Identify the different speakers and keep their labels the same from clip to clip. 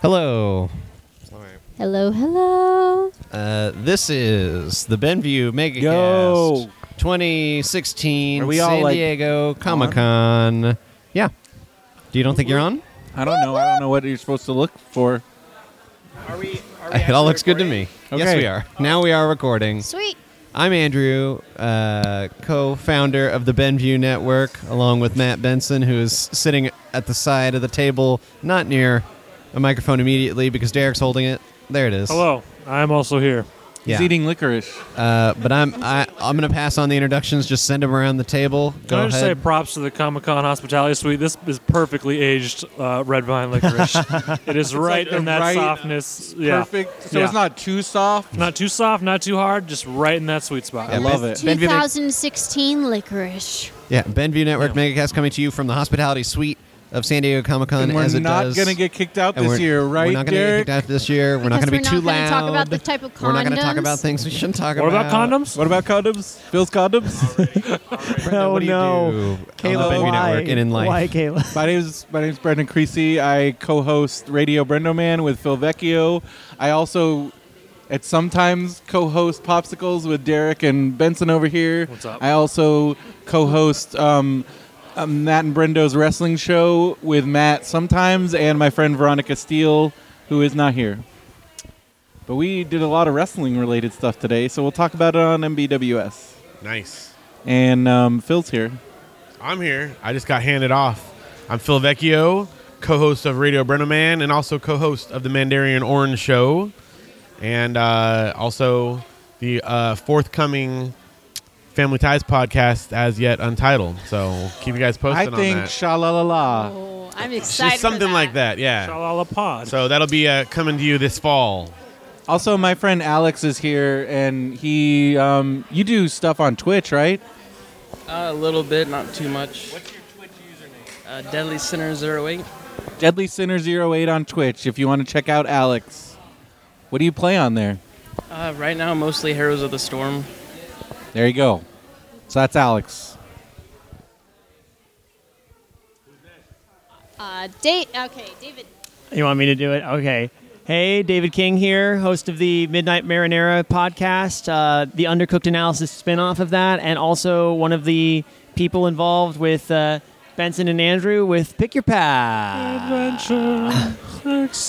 Speaker 1: Hello.
Speaker 2: Hello, hello.
Speaker 1: Uh, this is the Benview Megacast
Speaker 3: Yo.
Speaker 1: 2016
Speaker 3: Are we
Speaker 1: San
Speaker 3: all, like,
Speaker 1: Diego Comic Con. Yeah. Do you don't think you're on?
Speaker 3: I don't know. I don't know what you're supposed to look for.
Speaker 4: Are we? Are we
Speaker 1: It all looks good to me. Yes,
Speaker 3: Okay.
Speaker 1: we are. Now we are recording.
Speaker 2: Sweet.
Speaker 1: I'm Andrew, uh, co-founder of the Benview Network, along with Matt Benson, who is sitting at the side of the table, not near a microphone immediately because Derek's holding it. There it is.
Speaker 4: Hello, I'm also here.
Speaker 1: Yeah.
Speaker 3: He's eating licorice.
Speaker 1: Uh, but I'm I, I'm gonna pass on the introductions. Just send them around the table.
Speaker 4: Can
Speaker 1: Go
Speaker 4: I just
Speaker 1: ahead.
Speaker 4: say props to the Comic Con Hospitality Suite? This is perfectly aged uh, red vine licorice. it is right
Speaker 3: the
Speaker 4: in that
Speaker 3: right
Speaker 4: softness. Yeah.
Speaker 3: Perfect. So
Speaker 4: Yeah.
Speaker 3: it's not too soft.
Speaker 4: Not too soft, not too hard, just right in that sweet spot.
Speaker 3: I love it.
Speaker 1: Benview-
Speaker 2: 2016 licorice.
Speaker 1: yeah, Benview Network Megacast coming to you from the hospitality suite of San Diego Comic Con.
Speaker 3: And we're
Speaker 1: as it
Speaker 3: not
Speaker 1: does.
Speaker 3: gonna get kicked out
Speaker 1: And
Speaker 3: this
Speaker 1: we're-
Speaker 3: year, right,
Speaker 1: We're not gonna
Speaker 3: Derek?
Speaker 1: get kicked out this year. We're not
Speaker 2: Because
Speaker 1: gonna be
Speaker 2: we're
Speaker 1: too
Speaker 2: not
Speaker 1: loud.
Speaker 2: gonna talk about the type of
Speaker 1: We're not gonna talk
Speaker 2: condoms.
Speaker 1: about things we shouldn't talk
Speaker 4: What
Speaker 1: about.
Speaker 4: about condoms?
Speaker 3: What about condoms? Phil's condoms.
Speaker 1: Brendan, what do you
Speaker 5: no.
Speaker 1: do
Speaker 5: Caleb,
Speaker 1: on the Benview
Speaker 5: why?
Speaker 1: Network and in life?
Speaker 5: Why, Caleb?
Speaker 3: my name's my name's Brendan Creasy. I co-host Radio Brendoman with Phil Vecchio. I also at sometimes co-host Popsicles with Derek and Benson over here.
Speaker 4: What's up?
Speaker 3: I also co-host um, uh, Matt and Brendo's wrestling show with Matt sometimes, and my friend Veronica Steele, who is not here. But we did a lot of wrestling-related stuff today, so we'll talk about it on MBWS.
Speaker 6: Nice.
Speaker 3: And um, Phil's here.
Speaker 6: I'm here. I just got handed off. I'm Phil Vecchio, co-host of Radio Brennoman and also co-host of the Mandarin Orange Show, and uh, also the uh, forthcoming Family Ties podcast, as yet untitled. So keep you guys
Speaker 3: I
Speaker 6: posted on
Speaker 3: think
Speaker 6: that.
Speaker 3: sha la la la.
Speaker 2: Oh, I'm
Speaker 6: It's
Speaker 2: excited.
Speaker 6: just something like that, yeah.
Speaker 4: Shalala pod.
Speaker 6: So that'll be uh, coming to you this fall.
Speaker 3: Also, my friend Alex is here, and he, um, you do stuff on Twitch, right?
Speaker 7: Uh, a little bit, not too much. What's your Twitch username? Uh, Deadly Sinner 08.
Speaker 3: Deadly Sinner 08 on Twitch. If you want to check out Alex, what do you play on there?
Speaker 7: Uh, right now, mostly Heroes of the Storm.
Speaker 3: There you go. So that's Alex.
Speaker 2: Uh, date. Okay, David.
Speaker 5: You want me to do it? Okay. Hey, David King here, host of the Midnight Marinera podcast, uh, the Undercooked Analysis spinoff of that, and also one of the people involved with uh, Benson and Andrew with Pick Your Path.
Speaker 4: Adventure,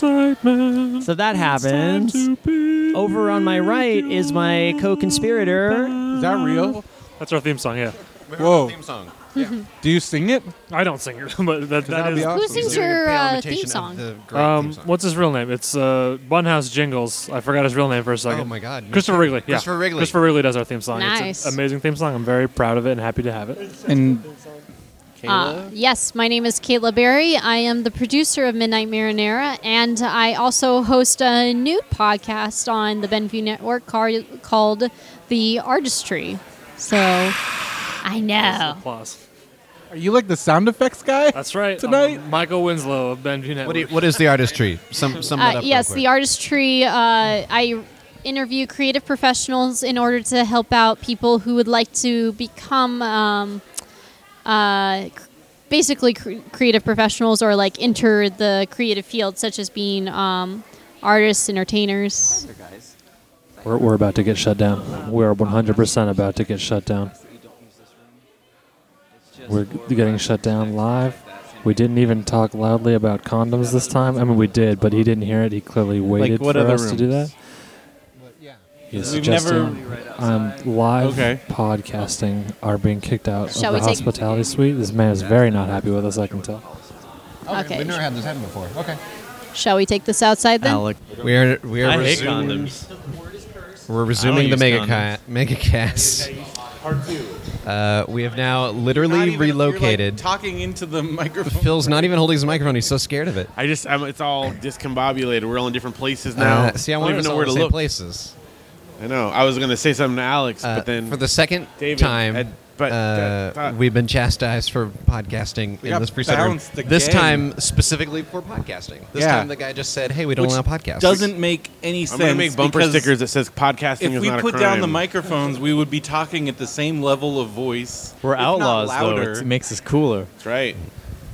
Speaker 4: excitement.
Speaker 5: So that happens.
Speaker 4: time to be
Speaker 5: Over on my right is my co-conspirator.
Speaker 3: Is that real?
Speaker 4: That's our theme song, yeah.
Speaker 3: Whoa.
Speaker 6: song.
Speaker 3: Do you sing it?
Speaker 4: I don't sing it, but that, that
Speaker 3: that'd be
Speaker 4: is.
Speaker 3: awesome.
Speaker 2: Who sings your uh, theme song?
Speaker 4: Um, what's his real name? It's uh, Bunhouse Jingles. I forgot his real name for a second.
Speaker 1: Oh my God!
Speaker 4: Christopher Wrigley. Yeah.
Speaker 1: Christopher Wrigley.
Speaker 4: Christopher Wrigley does our theme song. It's
Speaker 2: Nice.
Speaker 4: an amazing theme song. I'm very proud of it and happy to have it.
Speaker 3: And
Speaker 2: Uh, yes, my name is Kayla Berry. I am the producer of Midnight Marinera, and I also host a new podcast on the Benview Network car- called The Artistry. So, I know.
Speaker 4: Applause.
Speaker 3: are you like the sound effects guy?
Speaker 4: That's right.
Speaker 3: Tonight?
Speaker 4: I'm Michael Winslow of Benview Network.
Speaker 1: What, do you- what is the artistry? Some sum it up
Speaker 2: Uh,
Speaker 1: real
Speaker 2: yes,
Speaker 1: quick.
Speaker 2: the artistry. Uh, I interview creative professionals in order to help out people who would like to become um, uh, cr- basically cre- creative professionals or like enter the creative field, such as being um, artists, entertainers.
Speaker 4: We're, we're about to get shut down. We are 100% about to get shut down. We're getting shut down live. We didn't even talk loudly about condoms this time. I mean, we did, but he didn't hear it. He clearly waited
Speaker 3: what
Speaker 4: for
Speaker 3: other
Speaker 4: us to do
Speaker 3: rooms?
Speaker 4: that. He's
Speaker 3: We've
Speaker 4: suggesting um, live
Speaker 3: Okay.
Speaker 4: podcasting are being kicked out
Speaker 2: Shall we
Speaker 4: of the
Speaker 2: take-
Speaker 4: hospitality suite. This man is very not happy with us, I can tell.
Speaker 2: Okay.
Speaker 1: We've never had this happen before. Okay.
Speaker 2: Shall we take this outside then?
Speaker 1: Alec, we are we are
Speaker 8: I hate
Speaker 1: resuming,
Speaker 8: condoms.
Speaker 1: we're resuming the
Speaker 8: use
Speaker 1: mega
Speaker 8: condoms.
Speaker 1: megacast. Uh, we have now literally relocated.
Speaker 3: talking into the microphone.
Speaker 1: Phil's not even holding his microphone. He's so scared of it.
Speaker 6: I just, I'm, it's all discombobulated. We're all in different places now.
Speaker 1: Uh, see, I, wanted
Speaker 6: don't even
Speaker 1: us
Speaker 6: know
Speaker 1: all
Speaker 6: where
Speaker 1: in
Speaker 6: to
Speaker 1: the same
Speaker 6: look.
Speaker 1: places.
Speaker 6: I know. I was gonna say something to Alex,
Speaker 1: Uh,
Speaker 6: but then
Speaker 1: for the second
Speaker 6: David
Speaker 1: time,
Speaker 6: had- but
Speaker 1: uh,
Speaker 6: that- that-
Speaker 1: we've been chastised for podcasting in
Speaker 3: got
Speaker 1: this preset room.
Speaker 3: bounced
Speaker 1: This
Speaker 3: again.
Speaker 1: time specifically for podcasting. This
Speaker 3: Yeah.
Speaker 1: time the guy just said, "Hey, we don't
Speaker 3: Which
Speaker 1: allow podcasts."
Speaker 3: Doesn't make any
Speaker 6: I'm
Speaker 3: sense.
Speaker 6: gonna make bumper
Speaker 3: because
Speaker 6: stickers that says podcasting
Speaker 3: If
Speaker 6: is
Speaker 3: we
Speaker 6: not a crime.
Speaker 3: put down the microphones, we would be talking at the same level of voice.
Speaker 5: We're
Speaker 3: if not
Speaker 8: outlaws,
Speaker 3: louder.
Speaker 8: though. It makes us cooler.
Speaker 6: That's right.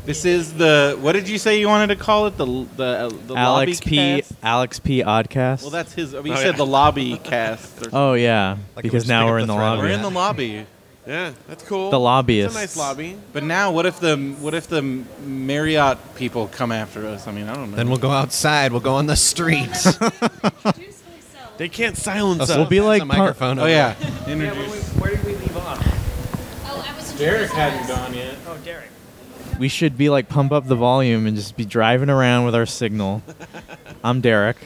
Speaker 3: This is the what did you say you wanted to call it? The the uh, the lobby
Speaker 8: Alex P.
Speaker 3: cast?
Speaker 8: Alex P. Oddcast.
Speaker 3: Well, that's his. I mean,
Speaker 6: Oh,
Speaker 3: you
Speaker 6: yeah.
Speaker 3: said the lobby cast. Or
Speaker 8: oh yeah,
Speaker 1: Like,
Speaker 8: because
Speaker 1: we
Speaker 8: now
Speaker 1: just
Speaker 8: we're
Speaker 1: pick
Speaker 8: in the
Speaker 1: up the thread.
Speaker 8: lobby.
Speaker 3: We're in the lobby.
Speaker 6: Yeah, that's cool.
Speaker 8: The
Speaker 6: It's
Speaker 8: lobbyists.
Speaker 6: a nice lobby.
Speaker 3: But now, what if the what if the Marriott people come after us? I mean, I don't know.
Speaker 1: Then we'll go outside. We'll go on the streets.
Speaker 6: They can't
Speaker 1: Oh,
Speaker 6: silence us.
Speaker 8: We'll be like
Speaker 1: a
Speaker 8: par-
Speaker 1: microphone.
Speaker 3: oh
Speaker 1: over
Speaker 3: yeah,
Speaker 5: Yeah,
Speaker 3: introduce.
Speaker 5: where, where did we leave off?
Speaker 2: Oh, I was
Speaker 3: gone yet.
Speaker 5: Oh, Derek.
Speaker 8: we should be like pump up the volume and just be driving around with our signal. I'm Derek.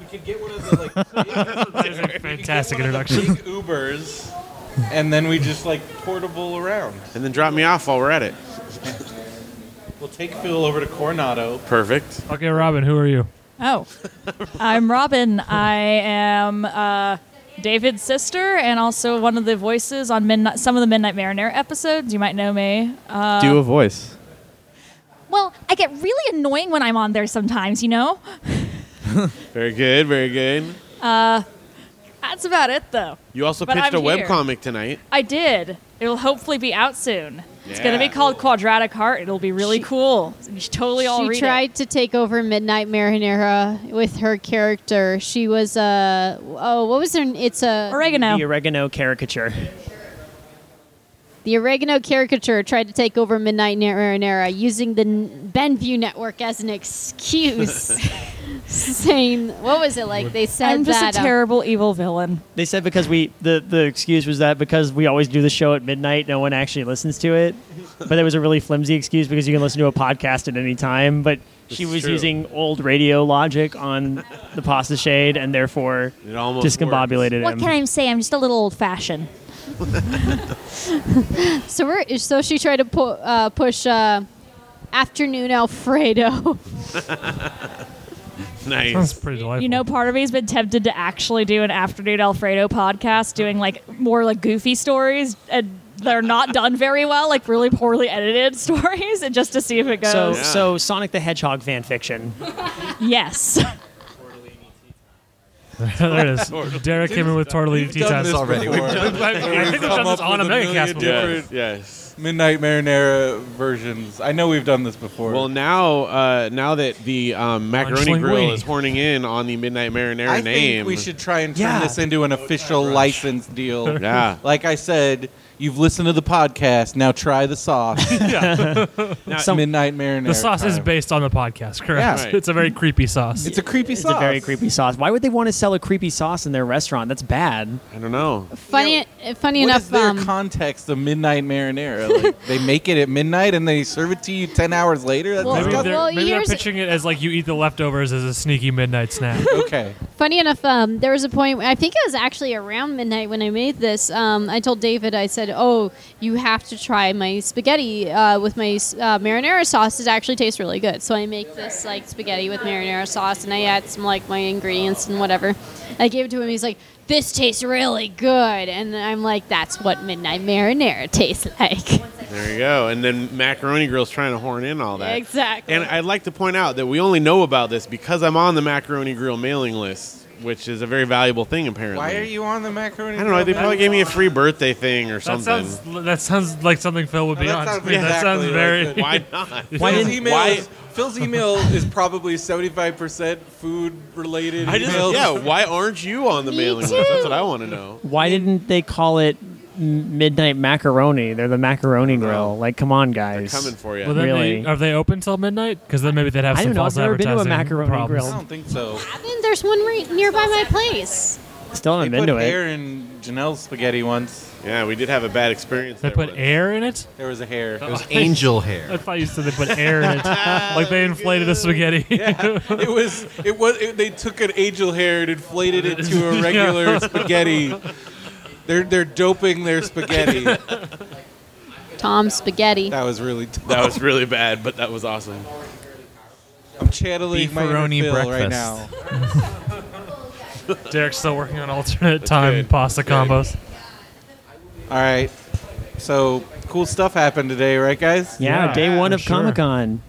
Speaker 3: We could get one of the like
Speaker 4: Fantastic
Speaker 3: big
Speaker 4: introduction.
Speaker 3: Ubers, and then we just like portable around.
Speaker 6: And then drop me off while we're at it.
Speaker 3: We'll take Phil over to Coronado.
Speaker 6: Perfect.
Speaker 4: Okay, Robin, who are you?
Speaker 9: Oh, I'm Robin. I am uh, David's sister and also one of the voices on Midnight, some of the Midnight Mariner episodes. You might know me. Uh,
Speaker 8: Do a voice.
Speaker 9: well, I get really annoying when I'm on there sometimes, you know?
Speaker 6: Very good. Very good.
Speaker 9: Uh, That's about it, though.
Speaker 6: You also
Speaker 9: But
Speaker 6: pitched
Speaker 9: I'm
Speaker 6: a web
Speaker 9: here.
Speaker 6: comic tonight.
Speaker 9: I did. It'll hopefully be out soon. It's going to
Speaker 6: Yeah.
Speaker 9: be called Quadratic Heart. It'll be really cool. You should totally all
Speaker 2: she
Speaker 9: read
Speaker 2: tried
Speaker 9: it.
Speaker 2: to take over Midnight Marinera with her character. She was uh, oh, what was her? n- It's a
Speaker 9: Oregano.
Speaker 5: The oregano caricature.
Speaker 2: the oregano caricature tried to take over Midnight Marinera using the n- Benview network as an excuse, saying what was it like? They said
Speaker 9: I'm just
Speaker 2: that
Speaker 9: a
Speaker 2: uh,
Speaker 9: terrible, evil villain.
Speaker 5: They said because we the the excuse was that because we always do the show at midnight, no one actually listens to it. But that was a really flimsy excuse because you can listen to a podcast at any time. But she
Speaker 6: This is
Speaker 5: was
Speaker 6: true.
Speaker 5: using old radio logic on the pasta shade and therefore
Speaker 6: It almost works.
Speaker 5: discombobulated him.
Speaker 9: I say? I'm just a little old fashioned.
Speaker 2: So we're so she tried to pu- uh, push uh, afternoon Alfredo.
Speaker 4: That's
Speaker 6: Nice.
Speaker 4: pretty delightful.
Speaker 9: You know, part of me's been tempted to actually do an afternoon Alfredo podcast, doing like more like goofy stories, and they're not done very well, like really poorly edited stories, and just to see if it goes.
Speaker 5: so
Speaker 6: Yeah.
Speaker 5: so Sonic the Hedgehog fan fiction.
Speaker 9: yes,
Speaker 4: there it is. Derek came in with tortellini tea
Speaker 3: done
Speaker 4: times
Speaker 3: this
Speaker 4: already.
Speaker 3: before.
Speaker 4: I think we've done this on a megacast before.
Speaker 6: Yes. yes.
Speaker 3: Midnight Marinara versions. I know we've done this before.
Speaker 6: Well, now uh, now that the um, macaroni
Speaker 4: Lunchling
Speaker 6: grill
Speaker 4: Wee.
Speaker 6: is horning in on the Midnight Marinara
Speaker 3: I
Speaker 6: name,
Speaker 3: think we should try and turn
Speaker 5: Yeah.
Speaker 3: this into an official license deal.
Speaker 6: Yeah.
Speaker 3: Like I said, you've listened to the podcast. Now try the sauce. Midnight Marinara.
Speaker 4: The sauce is
Speaker 3: time.
Speaker 4: based on the podcast, correct?
Speaker 3: Yeah.
Speaker 6: Right.
Speaker 4: It's a very creepy sauce.
Speaker 3: It's a creepy
Speaker 5: It's
Speaker 3: sauce.
Speaker 5: a very creepy sauce. Why would they want to sell a creepy sauce in their restaurant? That's bad.
Speaker 6: I don't know.
Speaker 2: Funny, uh, funny
Speaker 3: What
Speaker 2: enough,
Speaker 3: is their
Speaker 2: um,
Speaker 3: context of Midnight Marinara? Like, they make it at midnight and they serve it to you ten hours later. That's
Speaker 2: Well,
Speaker 4: Maybe,
Speaker 2: Well,
Speaker 4: they're,
Speaker 2: well,
Speaker 4: maybe they're
Speaker 2: years-
Speaker 4: pitching it as like you eat the leftovers as a sneaky midnight snack.
Speaker 3: okay.
Speaker 2: Funny enough, um, there was a point. I think it was actually around midnight when I made this. Um, I told David, I said, "Oh, you have to try my spaghetti uh, with my uh, marinara sauce. It actually tastes really good." So I make this like spaghetti with marinara sauce, and I add some like my ingredients and whatever. I gave it to him. He's like, "This tastes really good," and I'm like, "That's what midnight marinara tastes like."
Speaker 6: There you go. And then macaroni grill's trying to horn in all that.
Speaker 2: Exactly.
Speaker 6: And I'd like to point out that we only know about this because I'm on the macaroni grill mailing list, which is a very valuable thing apparently.
Speaker 3: Why are you on the macaroni?
Speaker 6: I don't know. They probably gave me a free birthday thing or
Speaker 4: that
Speaker 6: something.
Speaker 4: sounds that sounds like something Phil would be on.
Speaker 3: That sounds
Speaker 4: I mean, that
Speaker 3: exactly
Speaker 4: sounds
Speaker 3: like
Speaker 4: very.
Speaker 3: it.
Speaker 6: Why not?
Speaker 4: Why
Speaker 3: Phil's
Speaker 4: didn't-
Speaker 3: email
Speaker 6: why-
Speaker 3: is, Phil's email is probably seventy five percent food related.
Speaker 6: I just,
Speaker 3: emails.
Speaker 6: yeah, why aren't you on the
Speaker 2: Me
Speaker 6: mailing list? That's
Speaker 2: too.
Speaker 6: what I want to know.
Speaker 5: Why didn't they call it M- Midnight Macaroni? They're the Macaroni Grill. Like, come on, guys.
Speaker 6: Coming for you.
Speaker 4: Well, then
Speaker 5: Really?
Speaker 4: they, are they open till midnight? Because then maybe they'd have
Speaker 5: I
Speaker 4: some
Speaker 5: don't know. I've
Speaker 4: false
Speaker 5: never been to a
Speaker 4: advertising
Speaker 5: macaroni
Speaker 4: problems.
Speaker 3: I
Speaker 5: grill.
Speaker 3: don't think so.
Speaker 2: I mean, there's one right nearby my place.
Speaker 5: Still
Speaker 3: They
Speaker 5: haven't been
Speaker 3: put
Speaker 5: to it.
Speaker 3: hair in Janelle's spaghetti once.
Speaker 6: Yeah, we did have a bad experience.
Speaker 4: They
Speaker 6: there
Speaker 4: put
Speaker 6: once.
Speaker 4: air in it.
Speaker 3: There was a hair.
Speaker 4: It was,
Speaker 1: Angel hair.
Speaker 4: I thought you said they put air in it,
Speaker 3: Ah,
Speaker 4: like they inflated the spaghetti.
Speaker 3: it was. It was. It, they took an angel hair and inflated it to a regular spaghetti. They're they're doping their spaghetti. That
Speaker 2: Tom Spaghetti.
Speaker 3: was really.
Speaker 6: That was really bad, but that was awesome.
Speaker 3: I'm channeling my inner
Speaker 8: Beefaroni
Speaker 3: Phil right
Speaker 8: breakfast.
Speaker 3: now.
Speaker 4: Derek's still working on alternate time
Speaker 6: good.
Speaker 4: pasta
Speaker 6: That's good.
Speaker 4: combos.
Speaker 3: All right. So cool stuff happened today, right, guys?
Speaker 5: Yeah,
Speaker 4: Yeah,
Speaker 5: day one
Speaker 4: for
Speaker 5: of
Speaker 4: sure.
Speaker 5: Comic Con.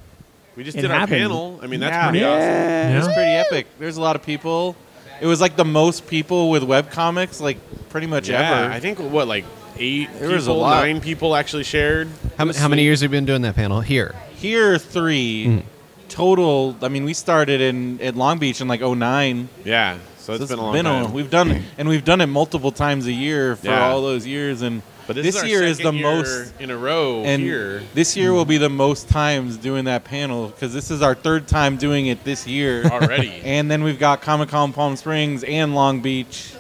Speaker 6: We just
Speaker 5: It
Speaker 6: did our
Speaker 5: happened.
Speaker 6: panel. I mean, that's
Speaker 3: Yeah.
Speaker 6: pretty awesome.
Speaker 4: Yeah.
Speaker 3: It's pretty epic. There's a lot of people. It was like the most people with web comics, like pretty much
Speaker 6: yeah,
Speaker 3: ever.
Speaker 6: I think what like eight
Speaker 3: There was a
Speaker 6: people,
Speaker 3: lot.
Speaker 6: nine people actually shared.
Speaker 1: How, m- how many years have you been doing that panel here?
Speaker 3: Here, three
Speaker 1: Mm.
Speaker 3: total. I mean, we started in at Long Beach in like 09.
Speaker 6: Yeah, so it's
Speaker 3: it's
Speaker 6: been a long time.
Speaker 3: We've done and we've done it multiple times a year for
Speaker 6: Yeah.
Speaker 3: all those years, and
Speaker 6: But this,
Speaker 3: this,
Speaker 6: is our
Speaker 3: year is the
Speaker 6: second year
Speaker 3: most
Speaker 6: in a row
Speaker 3: and
Speaker 6: here.
Speaker 3: This year will be the most times doing that panel because this is our third time doing it this year
Speaker 6: Already.
Speaker 3: and then we've got Comic Con Palm Springs and Long Beach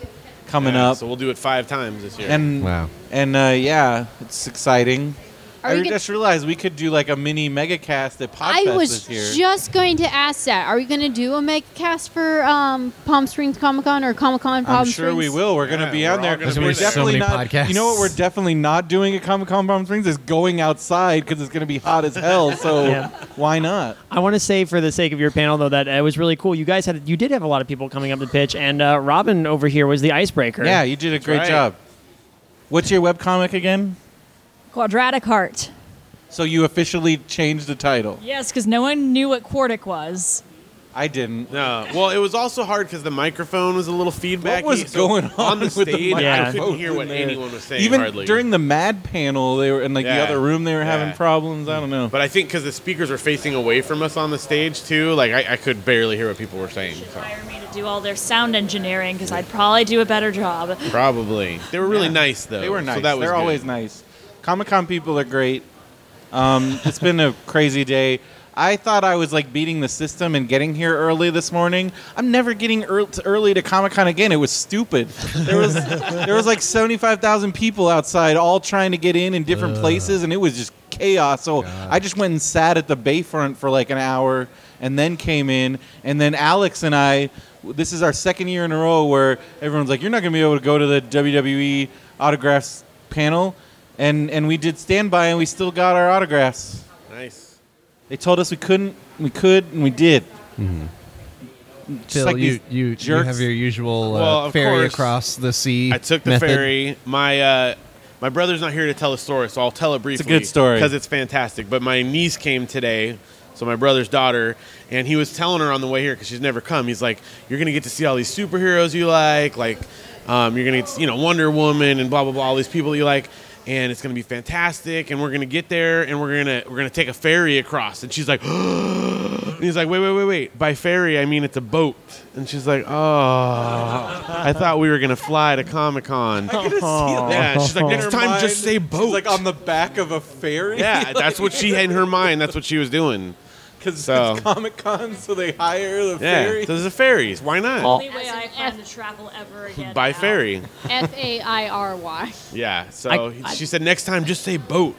Speaker 3: coming
Speaker 6: Yeah,
Speaker 3: up.
Speaker 6: So we'll do it five times this year.
Speaker 3: And and uh, yeah, it's exciting.
Speaker 2: Are
Speaker 3: I
Speaker 2: we
Speaker 3: re-
Speaker 2: gonna-
Speaker 3: just realized we could do like a mini megacast at Podfest
Speaker 2: I was
Speaker 3: this year.
Speaker 2: just going to ask that. Are we going to do a mega cast for um, Palm Springs Comic Con or Comic Con Palm
Speaker 3: I'm sure we
Speaker 2: Springs?
Speaker 3: will. We're going to
Speaker 6: Yeah,
Speaker 3: be
Speaker 6: we're
Speaker 3: on
Speaker 6: all
Speaker 3: there.
Speaker 6: gonna There's
Speaker 1: gonna
Speaker 3: We're
Speaker 1: be there. so many podcasts.
Speaker 3: You know what? We're definitely not doing at Comic Con Palm Springs is going outside because it's going to be hot as hell. So
Speaker 5: Yeah.
Speaker 3: why not?
Speaker 5: I want to say, for the sake of your panel, though, that it was really cool. You guys had, you did have a lot of people coming up to pitch, and uh, Robin over here was the icebreaker.
Speaker 3: Yeah, you did a great
Speaker 5: right.
Speaker 3: job. What's your webcomic again?
Speaker 9: Quadratic Heart.
Speaker 3: So you officially changed the title.
Speaker 9: Yes, because no one knew what Quartic was.
Speaker 3: I didn't.
Speaker 6: No. Well, it was also hard because the microphone was a little feedback.
Speaker 3: What was going on
Speaker 6: on the
Speaker 3: with the
Speaker 6: stage? I couldn't
Speaker 3: microphones
Speaker 6: hear what
Speaker 3: in there?
Speaker 6: anyone was saying.
Speaker 3: Even
Speaker 6: hardly.
Speaker 3: during the Mad panel, they were in like the
Speaker 6: Yeah.
Speaker 3: other room. They were having
Speaker 6: Yeah.
Speaker 3: problems. I don't know.
Speaker 6: But I think because the speakers were facing away from us on the stage too, like I, I could barely hear what people were saying. so.
Speaker 9: To do all their sound engineering, because I'd probably do a better job.
Speaker 6: Probably they were really nice though.
Speaker 3: They were nice.
Speaker 6: So that was
Speaker 3: They're
Speaker 6: good.
Speaker 3: always nice. Comic Con people are great. Um, it's been a crazy day. I thought I was like beating the system and getting here early this morning. I'm never getting ear- t- early to Comic Con again. It was stupid. There was there was like 75,000 people outside, all trying to get in in different places, and it was just chaos. So I just went and sat at the Bayfront for like an hour, and then came in, and then Alex and I. This is our second year in a row where everyone's like, "You're not going to be able to go to the WWE autographs panel," and and we did standby, and we still got our autographs.
Speaker 6: Nice.
Speaker 3: They told us we couldn't, we could, and we did. Just
Speaker 1: Mm-hmm. Phil,
Speaker 3: like
Speaker 1: you,
Speaker 3: these
Speaker 1: you, you
Speaker 3: jerks.
Speaker 1: have your usual uh,
Speaker 6: Well, of
Speaker 1: ferry
Speaker 6: course.
Speaker 1: across the sea.
Speaker 6: I took the
Speaker 1: method.
Speaker 6: ferry. My uh, my brother's not here to tell a story, so I'll tell it briefly.
Speaker 3: good story.
Speaker 6: because it's fantastic. But my niece came today, so my brother's daughter, and he was telling her on the way here because she's never come. He's like, "You're gonna get to see all these superheroes you like, like um, you're gonna get to see, you know Wonder Woman and blah blah blah, all these people that you like." And it's gonna be fantastic, and we're gonna get there, and we're gonna we're gonna take a ferry across. And she's like, And he's like, wait, wait, wait, wait. By ferry, I mean it's a boat. And she's like, oh, I thought we were going to fly to Comic Con.
Speaker 1: Oh.
Speaker 6: Yeah, she's like, next time just say boat.
Speaker 3: like on the back of a ferry.
Speaker 6: Yeah, that's what she had in her mind. That's what she was doing.
Speaker 3: Because
Speaker 6: So-
Speaker 3: it's Comic Con, so they hire the
Speaker 6: Yeah,
Speaker 3: ferry.
Speaker 6: so there's a ferries. Why not?
Speaker 9: Only way I plan to travel ever again.
Speaker 6: By
Speaker 9: now.
Speaker 6: ferry.
Speaker 2: F A I R Y.
Speaker 6: Yeah, so
Speaker 5: I-
Speaker 6: he-
Speaker 5: I-
Speaker 6: she said, next time just say boat,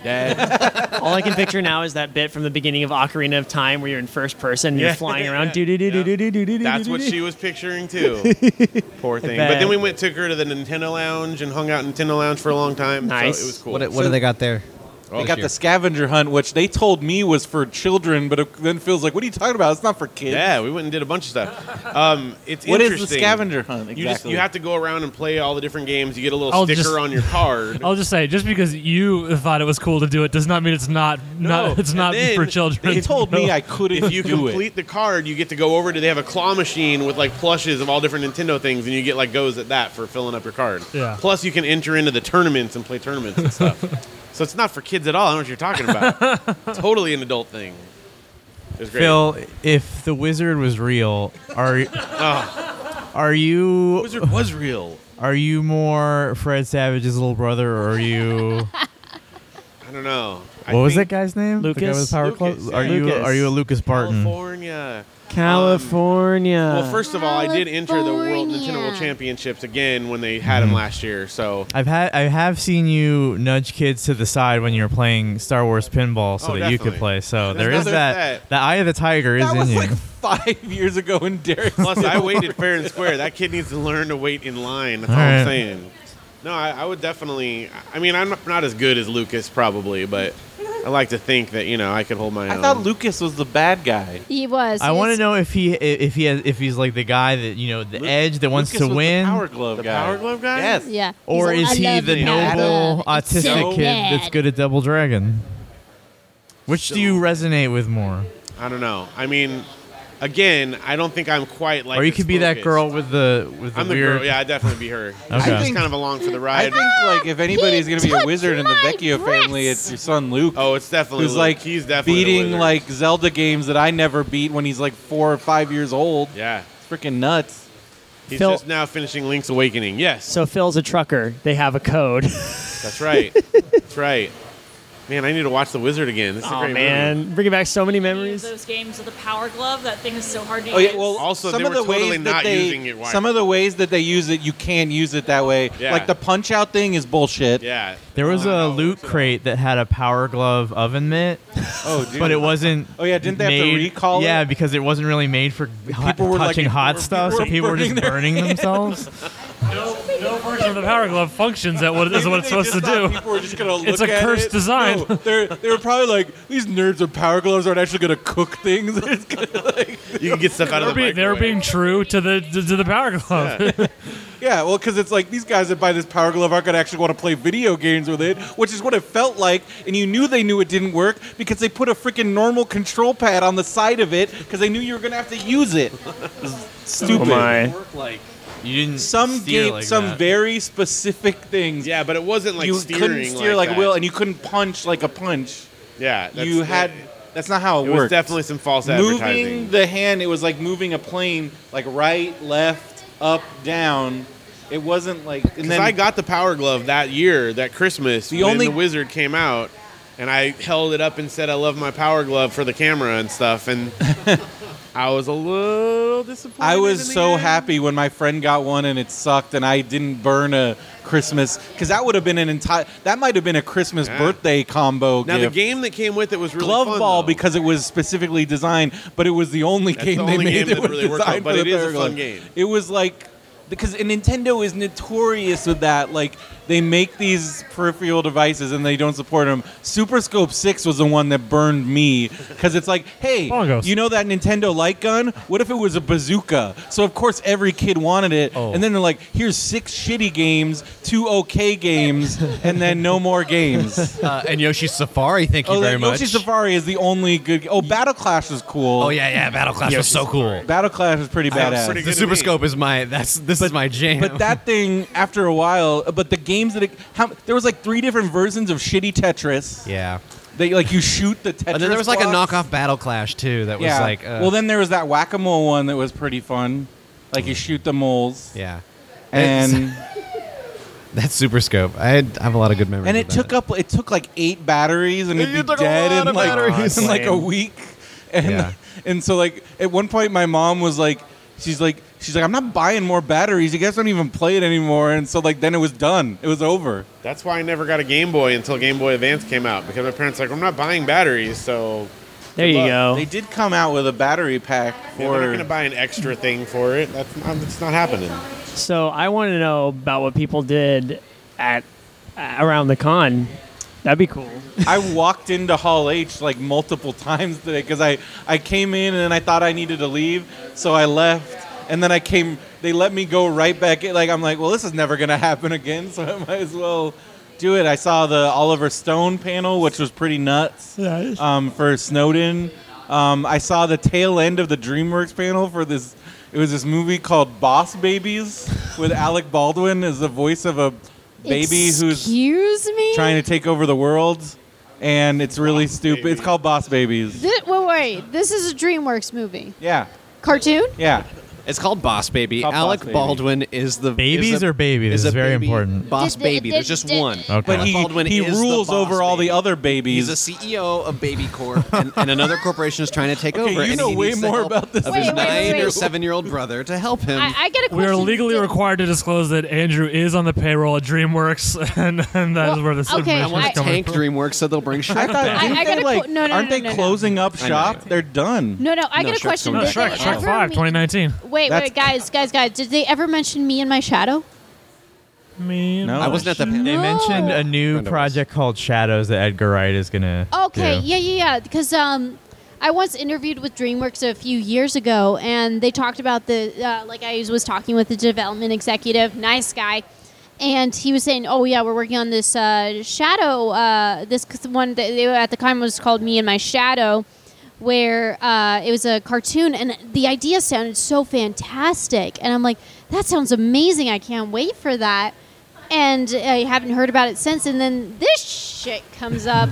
Speaker 6: Dad.
Speaker 5: All I can picture now is that bit from the beginning of Ocarina of Time where you're in first person, and you're
Speaker 6: Yeah.
Speaker 5: flying
Speaker 6: Yeah.
Speaker 5: around. do-do-do-do-do-do-do-do-do-do.
Speaker 6: That's what she was picturing too. Poor thing. But
Speaker 5: bet.
Speaker 6: then we went, took her to the Nintendo Lounge and hung out in Nintendo Lounge for a long time.
Speaker 5: Nice.
Speaker 6: So it was cool.
Speaker 1: What, what do they got there?
Speaker 3: They got the scavenger hunt, which they told me was for children, but it then feels like, what are you talking about? It's not for kids.
Speaker 6: Yeah, we went and did a bunch of stuff. Um, it's
Speaker 3: What is
Speaker 6: interesting.
Speaker 3: the scavenger hunt exactly?
Speaker 6: You just you have to go around and play all the different games. You get a little
Speaker 4: I'll
Speaker 6: sticker
Speaker 4: just-
Speaker 6: on your card.
Speaker 4: I'll just say, just because you thought it was cool to do it does not mean it's not, not it's
Speaker 6: and
Speaker 4: not
Speaker 6: then
Speaker 4: for children.
Speaker 3: They told me
Speaker 4: No.
Speaker 3: I couldn't
Speaker 6: if you
Speaker 3: do it.
Speaker 6: complete the card, you get to go over to. They have a claw machine with like plushes of all different Nintendo things, and you get like goes at that for filling up your card.
Speaker 4: Yeah.
Speaker 6: Plus, you can enter into the tournaments and play tournaments and stuff. so it's not for kids at all. I don't know what you're talking about. totally an adult thing. It was great.
Speaker 8: Phil, if the wizard was real, are
Speaker 3: Oh.
Speaker 8: are you
Speaker 6: Wizard was real.
Speaker 8: are you more Fred Savage's little brother, or are you
Speaker 6: I don't know. I
Speaker 8: what was that
Speaker 6: think
Speaker 8: guy's name? The guy with
Speaker 5: Lucas?
Speaker 8: the power
Speaker 6: Lucas,
Speaker 8: clo-
Speaker 6: yeah.
Speaker 8: Are you
Speaker 5: Lucas.
Speaker 8: are you a Lucas Barton?
Speaker 6: California.
Speaker 5: California.
Speaker 6: Well, first of all, I did enter the World Nintendo World
Speaker 2: California.
Speaker 6: Championships again when they had them last year. So
Speaker 8: I've had I have seen you nudge kids to the side when you were playing Star Wars pinball so
Speaker 6: Oh,
Speaker 8: that you
Speaker 6: definitely.
Speaker 8: could play. So there
Speaker 6: There's
Speaker 8: is
Speaker 6: no-
Speaker 8: that,
Speaker 6: there's
Speaker 8: that
Speaker 6: that.
Speaker 8: eye of the tiger is
Speaker 3: that
Speaker 8: in
Speaker 3: was
Speaker 8: you.
Speaker 3: like five years ago in Derek.
Speaker 6: plus I waited fair and square. That kid needs to learn to wait in line. That's all,
Speaker 8: All
Speaker 6: I'm
Speaker 8: right.
Speaker 6: saying. No, I, I would definitely. I mean, I'm not- not as good as Lucas probably, but I like to think that you know I could hold my
Speaker 3: I
Speaker 6: own.
Speaker 3: thought Lucas was the bad guy.
Speaker 2: He was.
Speaker 8: I
Speaker 2: He
Speaker 8: want to
Speaker 2: was-
Speaker 8: know if he if he has, if he's like the guy that you know the edge that wants
Speaker 3: Lucas
Speaker 8: to
Speaker 3: was
Speaker 8: win,
Speaker 3: The power glove
Speaker 6: The
Speaker 3: guy.
Speaker 6: Power Glove guy?
Speaker 3: Yes.
Speaker 2: Yeah.
Speaker 8: or
Speaker 2: He's
Speaker 8: is
Speaker 2: like, "I
Speaker 8: he
Speaker 2: love
Speaker 8: the
Speaker 2: it.
Speaker 8: noble
Speaker 2: I love it. It's
Speaker 8: autistic
Speaker 2: so
Speaker 8: kid
Speaker 2: bad."
Speaker 8: that's good at Double Dragon? Which do you resonate with more?
Speaker 6: I don't know. I mean, again, I don't think I'm quite like.
Speaker 8: or you
Speaker 6: as
Speaker 8: could be that
Speaker 6: focused.
Speaker 8: girl with the with the
Speaker 6: I'm the
Speaker 8: weird.
Speaker 6: girl. Yeah, I'd definitely be her.
Speaker 8: I
Speaker 6: She's
Speaker 8: think-
Speaker 6: kind of along for the ride.
Speaker 3: I think like if anybody's gonna be a wizard in the Vecchio family,
Speaker 6: breasts.
Speaker 3: it's your son Luke.
Speaker 6: Oh, it's definitely
Speaker 3: who's
Speaker 6: Luke.
Speaker 3: like
Speaker 6: He's definitely the
Speaker 3: beating
Speaker 6: wizard.
Speaker 3: like Zelda games that I never beat when he's like four or five years old.
Speaker 6: Yeah,
Speaker 3: freaking nuts.
Speaker 6: He's
Speaker 5: Phil-
Speaker 6: just now finishing Link's Awakening. Yes,
Speaker 5: Oh, So Phil's a trucker. They have a code.
Speaker 6: that's right. that's right. Man, I need to watch The Wizard again. This is a
Speaker 5: oh
Speaker 6: great
Speaker 5: man,
Speaker 6: movie.
Speaker 5: bringing back so many memories.
Speaker 9: Those games with the power glove, that thing is so hard to
Speaker 3: Oh
Speaker 9: use.
Speaker 3: yeah. Well,
Speaker 6: Also,
Speaker 3: some
Speaker 6: they
Speaker 3: of
Speaker 6: were
Speaker 3: the ways
Speaker 6: totally
Speaker 3: that
Speaker 6: not
Speaker 3: they
Speaker 6: using it right.
Speaker 3: some of the ways that they use it, you can use it that way.
Speaker 6: Yeah.
Speaker 3: Like the punch out thing is bullshit.
Speaker 6: Yeah.
Speaker 8: There was a loot crate that had a power glove oven mitt.
Speaker 3: Oh, dude.
Speaker 8: But it wasn't.
Speaker 3: Oh, yeah, didn't they have to
Speaker 8: made-
Speaker 3: recall it?
Speaker 8: Yeah, because it wasn't really made for hot,
Speaker 3: People were, like,
Speaker 8: touching hot stuff, so
Speaker 3: were
Speaker 8: people were just
Speaker 3: burning their
Speaker 8: burning themselves.
Speaker 4: No version of the power glove functions at what is what it's
Speaker 3: Maybe they
Speaker 4: supposed to
Speaker 3: just thought
Speaker 4: do.
Speaker 3: People were just gonna look
Speaker 4: It's a
Speaker 3: at
Speaker 4: cursed
Speaker 3: it.
Speaker 4: design.
Speaker 3: No, they're, they were probably like, these nerds with power gloves aren't actually gonna cook things. It's gonna, like,
Speaker 6: You can get stuff out
Speaker 4: They're
Speaker 6: of the
Speaker 4: being, they're
Speaker 6: microwave.
Speaker 4: being true to the to, to the power glove.
Speaker 3: yeah, well, because it's like these guys that buy this power glove aren't gonna actually want to play video games with it, which is what it felt like. And you knew they knew it didn't work because they put a freaking normal control pad on the side of it because they knew you were gonna have to use it.
Speaker 1: Oh
Speaker 8: Oh
Speaker 3: Stupid.
Speaker 8: You didn't.
Speaker 3: Some
Speaker 8: steer
Speaker 3: gave
Speaker 8: like
Speaker 3: some
Speaker 8: that.
Speaker 3: very specific things.
Speaker 6: Yeah, but it wasn't like
Speaker 3: you
Speaker 6: steering.
Speaker 3: couldn't steer like,
Speaker 6: that.
Speaker 3: a wheel, and you couldn't punch like a punch.
Speaker 6: Yeah, that's-
Speaker 3: you had. That's not how
Speaker 6: It
Speaker 3: it,
Speaker 6: was
Speaker 3: worked.
Speaker 6: definitely some false
Speaker 3: moving
Speaker 6: advertising.
Speaker 3: the hand. It was like moving a plane, like right, left, up, down. It wasn't like. And
Speaker 6: Because
Speaker 3: then
Speaker 6: I got the Power Glove that year, that Christmas,
Speaker 3: The
Speaker 6: when
Speaker 3: only-
Speaker 6: the Wizard came out, and I held it up and said, "I love my Power Glove" for the camera and stuff, and I was a little disappointed.
Speaker 3: I
Speaker 6: in
Speaker 3: was
Speaker 6: the
Speaker 3: so
Speaker 6: end.
Speaker 3: happy when my friend got one and it sucked, and I didn't burn a Christmas because that would have been an entire. That might have been a Christmas
Speaker 6: Yeah.
Speaker 3: birthday combo
Speaker 6: Now
Speaker 3: gift.
Speaker 6: the game that came with it was really
Speaker 3: Glove
Speaker 6: fun,
Speaker 3: ball
Speaker 6: though.
Speaker 3: because it was specifically designed, but it was the only
Speaker 6: That's
Speaker 3: game
Speaker 6: the only
Speaker 3: they made
Speaker 6: game that
Speaker 3: was
Speaker 6: really worked out,
Speaker 3: designed
Speaker 6: but
Speaker 3: for
Speaker 6: it
Speaker 3: the
Speaker 6: is a
Speaker 3: Power
Speaker 6: fun
Speaker 3: Glove.
Speaker 6: game.
Speaker 3: It was like because and Nintendo is notorious with that. Like they make these peripheral devices and they don't support them. Super Scope Six was the one that burned me because it's like, hey,
Speaker 4: Bongos.
Speaker 3: you know that Nintendo light gun? What if it was a bazooka? So of course every kid wanted it.
Speaker 4: Oh.
Speaker 3: And then they're like, here's six shitty games, two okay games, and then no more games.
Speaker 1: Uh, and Yoshi's Safari, thank you
Speaker 3: Oh,
Speaker 1: very
Speaker 3: like, Yoshi
Speaker 1: much.
Speaker 3: Safari is the only good. Oh, Battle Clash is cool.
Speaker 1: Oh yeah, yeah, Battle Clash was so cool.
Speaker 3: Battle Clash is pretty badass.
Speaker 6: pretty
Speaker 1: The
Speaker 6: good
Speaker 1: Super
Speaker 6: at me.
Speaker 1: Scope is my that's this is my jam.
Speaker 3: but that thing, after a while, but the games that it, how, there was like three different versions of shitty Tetris.
Speaker 1: yeah.
Speaker 3: They like you shoot the Tetris.
Speaker 1: And then there was like a
Speaker 3: blocks.
Speaker 1: knockoff Battle Clash too. That was
Speaker 3: Yeah.
Speaker 1: like uh,
Speaker 3: well, then there was that whack a mole one that was pretty fun. Like you shoot the moles,
Speaker 1: yeah.
Speaker 3: and
Speaker 1: That's Super Scope. I had, I have a lot of good memories.
Speaker 3: and it
Speaker 1: about
Speaker 3: took up it took like eight batteries and
Speaker 1: It
Speaker 3: it'd be
Speaker 1: took a
Speaker 3: dead
Speaker 1: lot
Speaker 3: in
Speaker 1: of
Speaker 3: like,
Speaker 1: batteries.
Speaker 3: in like a
Speaker 5: Lame.
Speaker 3: week and
Speaker 1: Yeah.
Speaker 3: and so like at one point my mom was like she's like she's like i'm not buying more batteries you guys don't even play it anymore and so like then it was done it was over
Speaker 6: That's why I never got a Game Boy until Game Boy Advance came out because my parents were like, "I'm not buying batteries, so
Speaker 5: There you
Speaker 6: Look,
Speaker 5: go.
Speaker 3: they did come out with a battery pack
Speaker 6: yeah, we're not going
Speaker 3: for
Speaker 6: to buy an extra thing for it. That's not, that's not happening."
Speaker 5: So I want to know about what people did at uh, around the con. That'd be cool.
Speaker 3: i walked into hall h like multiple times today because i i came in and i thought i needed to leave so i left and then i came they let me go right back in like i'm like well this is never gonna happen again so i might as well do it i saw the oliver stone panel which was pretty nuts um, for Snowden. Um, I saw the tail end of the DreamWorks panel for this. It was this movie called Boss Babies with Alec Baldwin as the voice of a baby who's
Speaker 2: Excuse me.
Speaker 3: trying to take over the world, and it's really stupid. It's called Boss Babies.
Speaker 2: Thi- wait, wait. This is a DreamWorks movie.
Speaker 3: Yeah,
Speaker 2: Cartoon?
Speaker 3: yeah.
Speaker 1: It's called Boss Baby.
Speaker 3: Called Boss
Speaker 1: Alec
Speaker 3: Baby.
Speaker 1: Baldwin is the
Speaker 8: Babies
Speaker 1: is a-
Speaker 8: or baby? This is
Speaker 1: a
Speaker 8: very
Speaker 1: baby
Speaker 8: important.
Speaker 1: Boss
Speaker 2: Did-
Speaker 1: Baby.
Speaker 2: did-
Speaker 1: There's just
Speaker 2: did-
Speaker 1: one.
Speaker 8: Okay.
Speaker 3: But
Speaker 1: Alec
Speaker 3: he,
Speaker 1: Baldwin
Speaker 3: he
Speaker 1: is the
Speaker 3: rules
Speaker 1: boss
Speaker 3: over all the
Speaker 1: baby.
Speaker 3: other
Speaker 1: He's
Speaker 3: babies.
Speaker 1: a CEO of Baby Corp, and, and another corporation is trying to take
Speaker 3: Okay,
Speaker 1: over.
Speaker 3: you
Speaker 1: and
Speaker 3: know
Speaker 1: he
Speaker 3: way
Speaker 1: needs the
Speaker 3: more
Speaker 1: help
Speaker 3: about this
Speaker 1: of
Speaker 2: than
Speaker 1: his
Speaker 2: I
Speaker 1: nine
Speaker 2: do.
Speaker 1: or seven-year-old brother to help him.
Speaker 2: I, I get a question.
Speaker 4: We are legally
Speaker 2: Did-
Speaker 4: required to disclose that Andrew is on the payroll at DreamWorks, and, and that is
Speaker 2: Well,
Speaker 4: where this
Speaker 2: okay,
Speaker 4: information
Speaker 2: I-
Speaker 4: is coming
Speaker 1: Tank
Speaker 4: from.
Speaker 1: DreamWorks so they'll bring
Speaker 3: I
Speaker 1: Shrek
Speaker 3: thought,
Speaker 1: back.
Speaker 3: didn't
Speaker 2: I
Speaker 3: they,
Speaker 2: gotta
Speaker 3: like,
Speaker 2: qu- no, no,
Speaker 3: aren't
Speaker 2: no,
Speaker 3: they
Speaker 2: no, no.
Speaker 3: closing up shop? They're done.
Speaker 2: No, no. I
Speaker 1: No,
Speaker 2: got
Speaker 1: Shrek's
Speaker 2: a question.
Speaker 1: coming
Speaker 2: Did
Speaker 1: back.
Speaker 2: they
Speaker 4: Shrek, Shrek
Speaker 2: ever
Speaker 4: 5,
Speaker 2: meet-
Speaker 4: 2019.
Speaker 2: Wait,
Speaker 3: That's-
Speaker 2: wait, guys, guys, guys. Did they ever mention me and my shadow?
Speaker 4: Me,
Speaker 3: No.
Speaker 1: I wasn't at the panel.
Speaker 8: They mentioned a new
Speaker 1: Kind of
Speaker 8: project called Shadows that Edgar Wright is gonna.
Speaker 2: Okay,
Speaker 8: do.
Speaker 2: yeah, yeah, yeah. Because um, I once interviewed with DreamWorks a few years ago, and they talked about the uh, like I was talking with the development executive, nice guy, and he was saying, "Oh yeah, we're working on this uh, shadow. Uh, this c- one that they were at the time was called Me and My Shadow." where uh, it was a cartoon and the idea sounded so fantastic and i'm like that sounds amazing i can't wait for that and i haven't heard about it since and then this shit comes up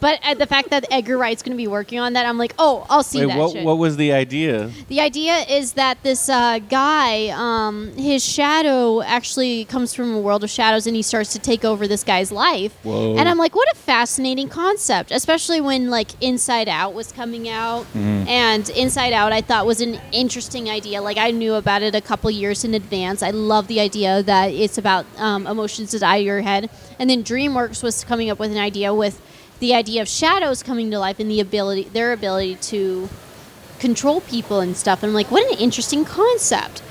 Speaker 2: but at the fact that edgar wright's going to be working on that i'm like oh i'll see
Speaker 3: Wait,
Speaker 2: that
Speaker 3: what,
Speaker 2: shit.
Speaker 3: what was the idea?
Speaker 2: The idea is that this uh, guy, um, his shadow actually comes from a world of shadows, and he starts to take over this guy's life.
Speaker 3: Whoa.
Speaker 2: And I'm like, what a fascinating concept, especially when like Inside Out was coming out,
Speaker 10: Mhm.
Speaker 1: Mm-hmm.
Speaker 2: and Inside Out I thought was an interesting idea. Like I knew about it a couple years in advance. I love the idea that it's about um, emotions that out of your head, and then DreamWorks was coming up with an idea with the idea of shadows coming to life and the ability, their ability to control people and stuff. And I'm like, what an interesting concept.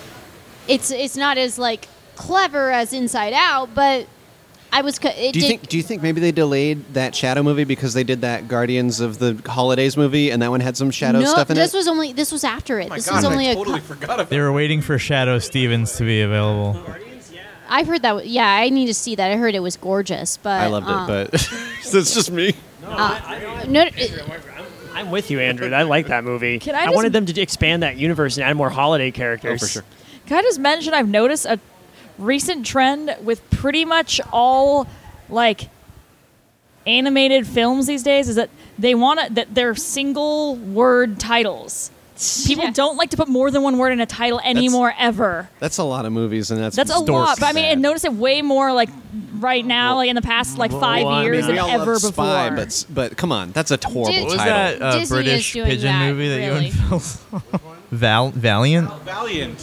Speaker 2: It's it's not as like clever as Inside Out, but I was. co- It
Speaker 1: do you
Speaker 2: did,
Speaker 1: think? Do you think maybe they delayed that Shadow movie because they did that Guardians of the Holidays movie and that one had some Shadow
Speaker 2: no,
Speaker 1: stuff in
Speaker 2: this
Speaker 1: it?
Speaker 2: was only this was after it. this was only a. cou-
Speaker 8: They were waiting for Shadow Stevens to be available.
Speaker 2: I've heard that. w- Yeah, I need to see that. I heard it was gorgeous, but
Speaker 1: I loved
Speaker 2: um,
Speaker 1: it, but that's just me.
Speaker 2: uh, no,
Speaker 5: I'm with you, Andrew. I like that movie.
Speaker 9: Can I
Speaker 5: I
Speaker 9: just-
Speaker 5: wanted them to expand that universe and add more holiday characters.
Speaker 9: Oh, for sure. Can I just mention I've noticed a recent trend with pretty much all like animated films these days is that they want to that they're single word titles. People don't like to put more than one word in a title anymore ever.
Speaker 1: That's a lot of movies, and that's
Speaker 9: That's a lot, but I mean, I notice it way more like right now, like in the past like five
Speaker 1: Well, I
Speaker 9: years
Speaker 1: mean, we
Speaker 9: than
Speaker 1: all
Speaker 9: ever
Speaker 1: love
Speaker 9: before.
Speaker 1: Spy, but s- but come on, that's a horrible
Speaker 9: Did-
Speaker 1: title.
Speaker 9: What was that,
Speaker 8: uh, Disney is British doing pigeon that, movie that you really. and Phil Val Valiant.
Speaker 3: Valiant.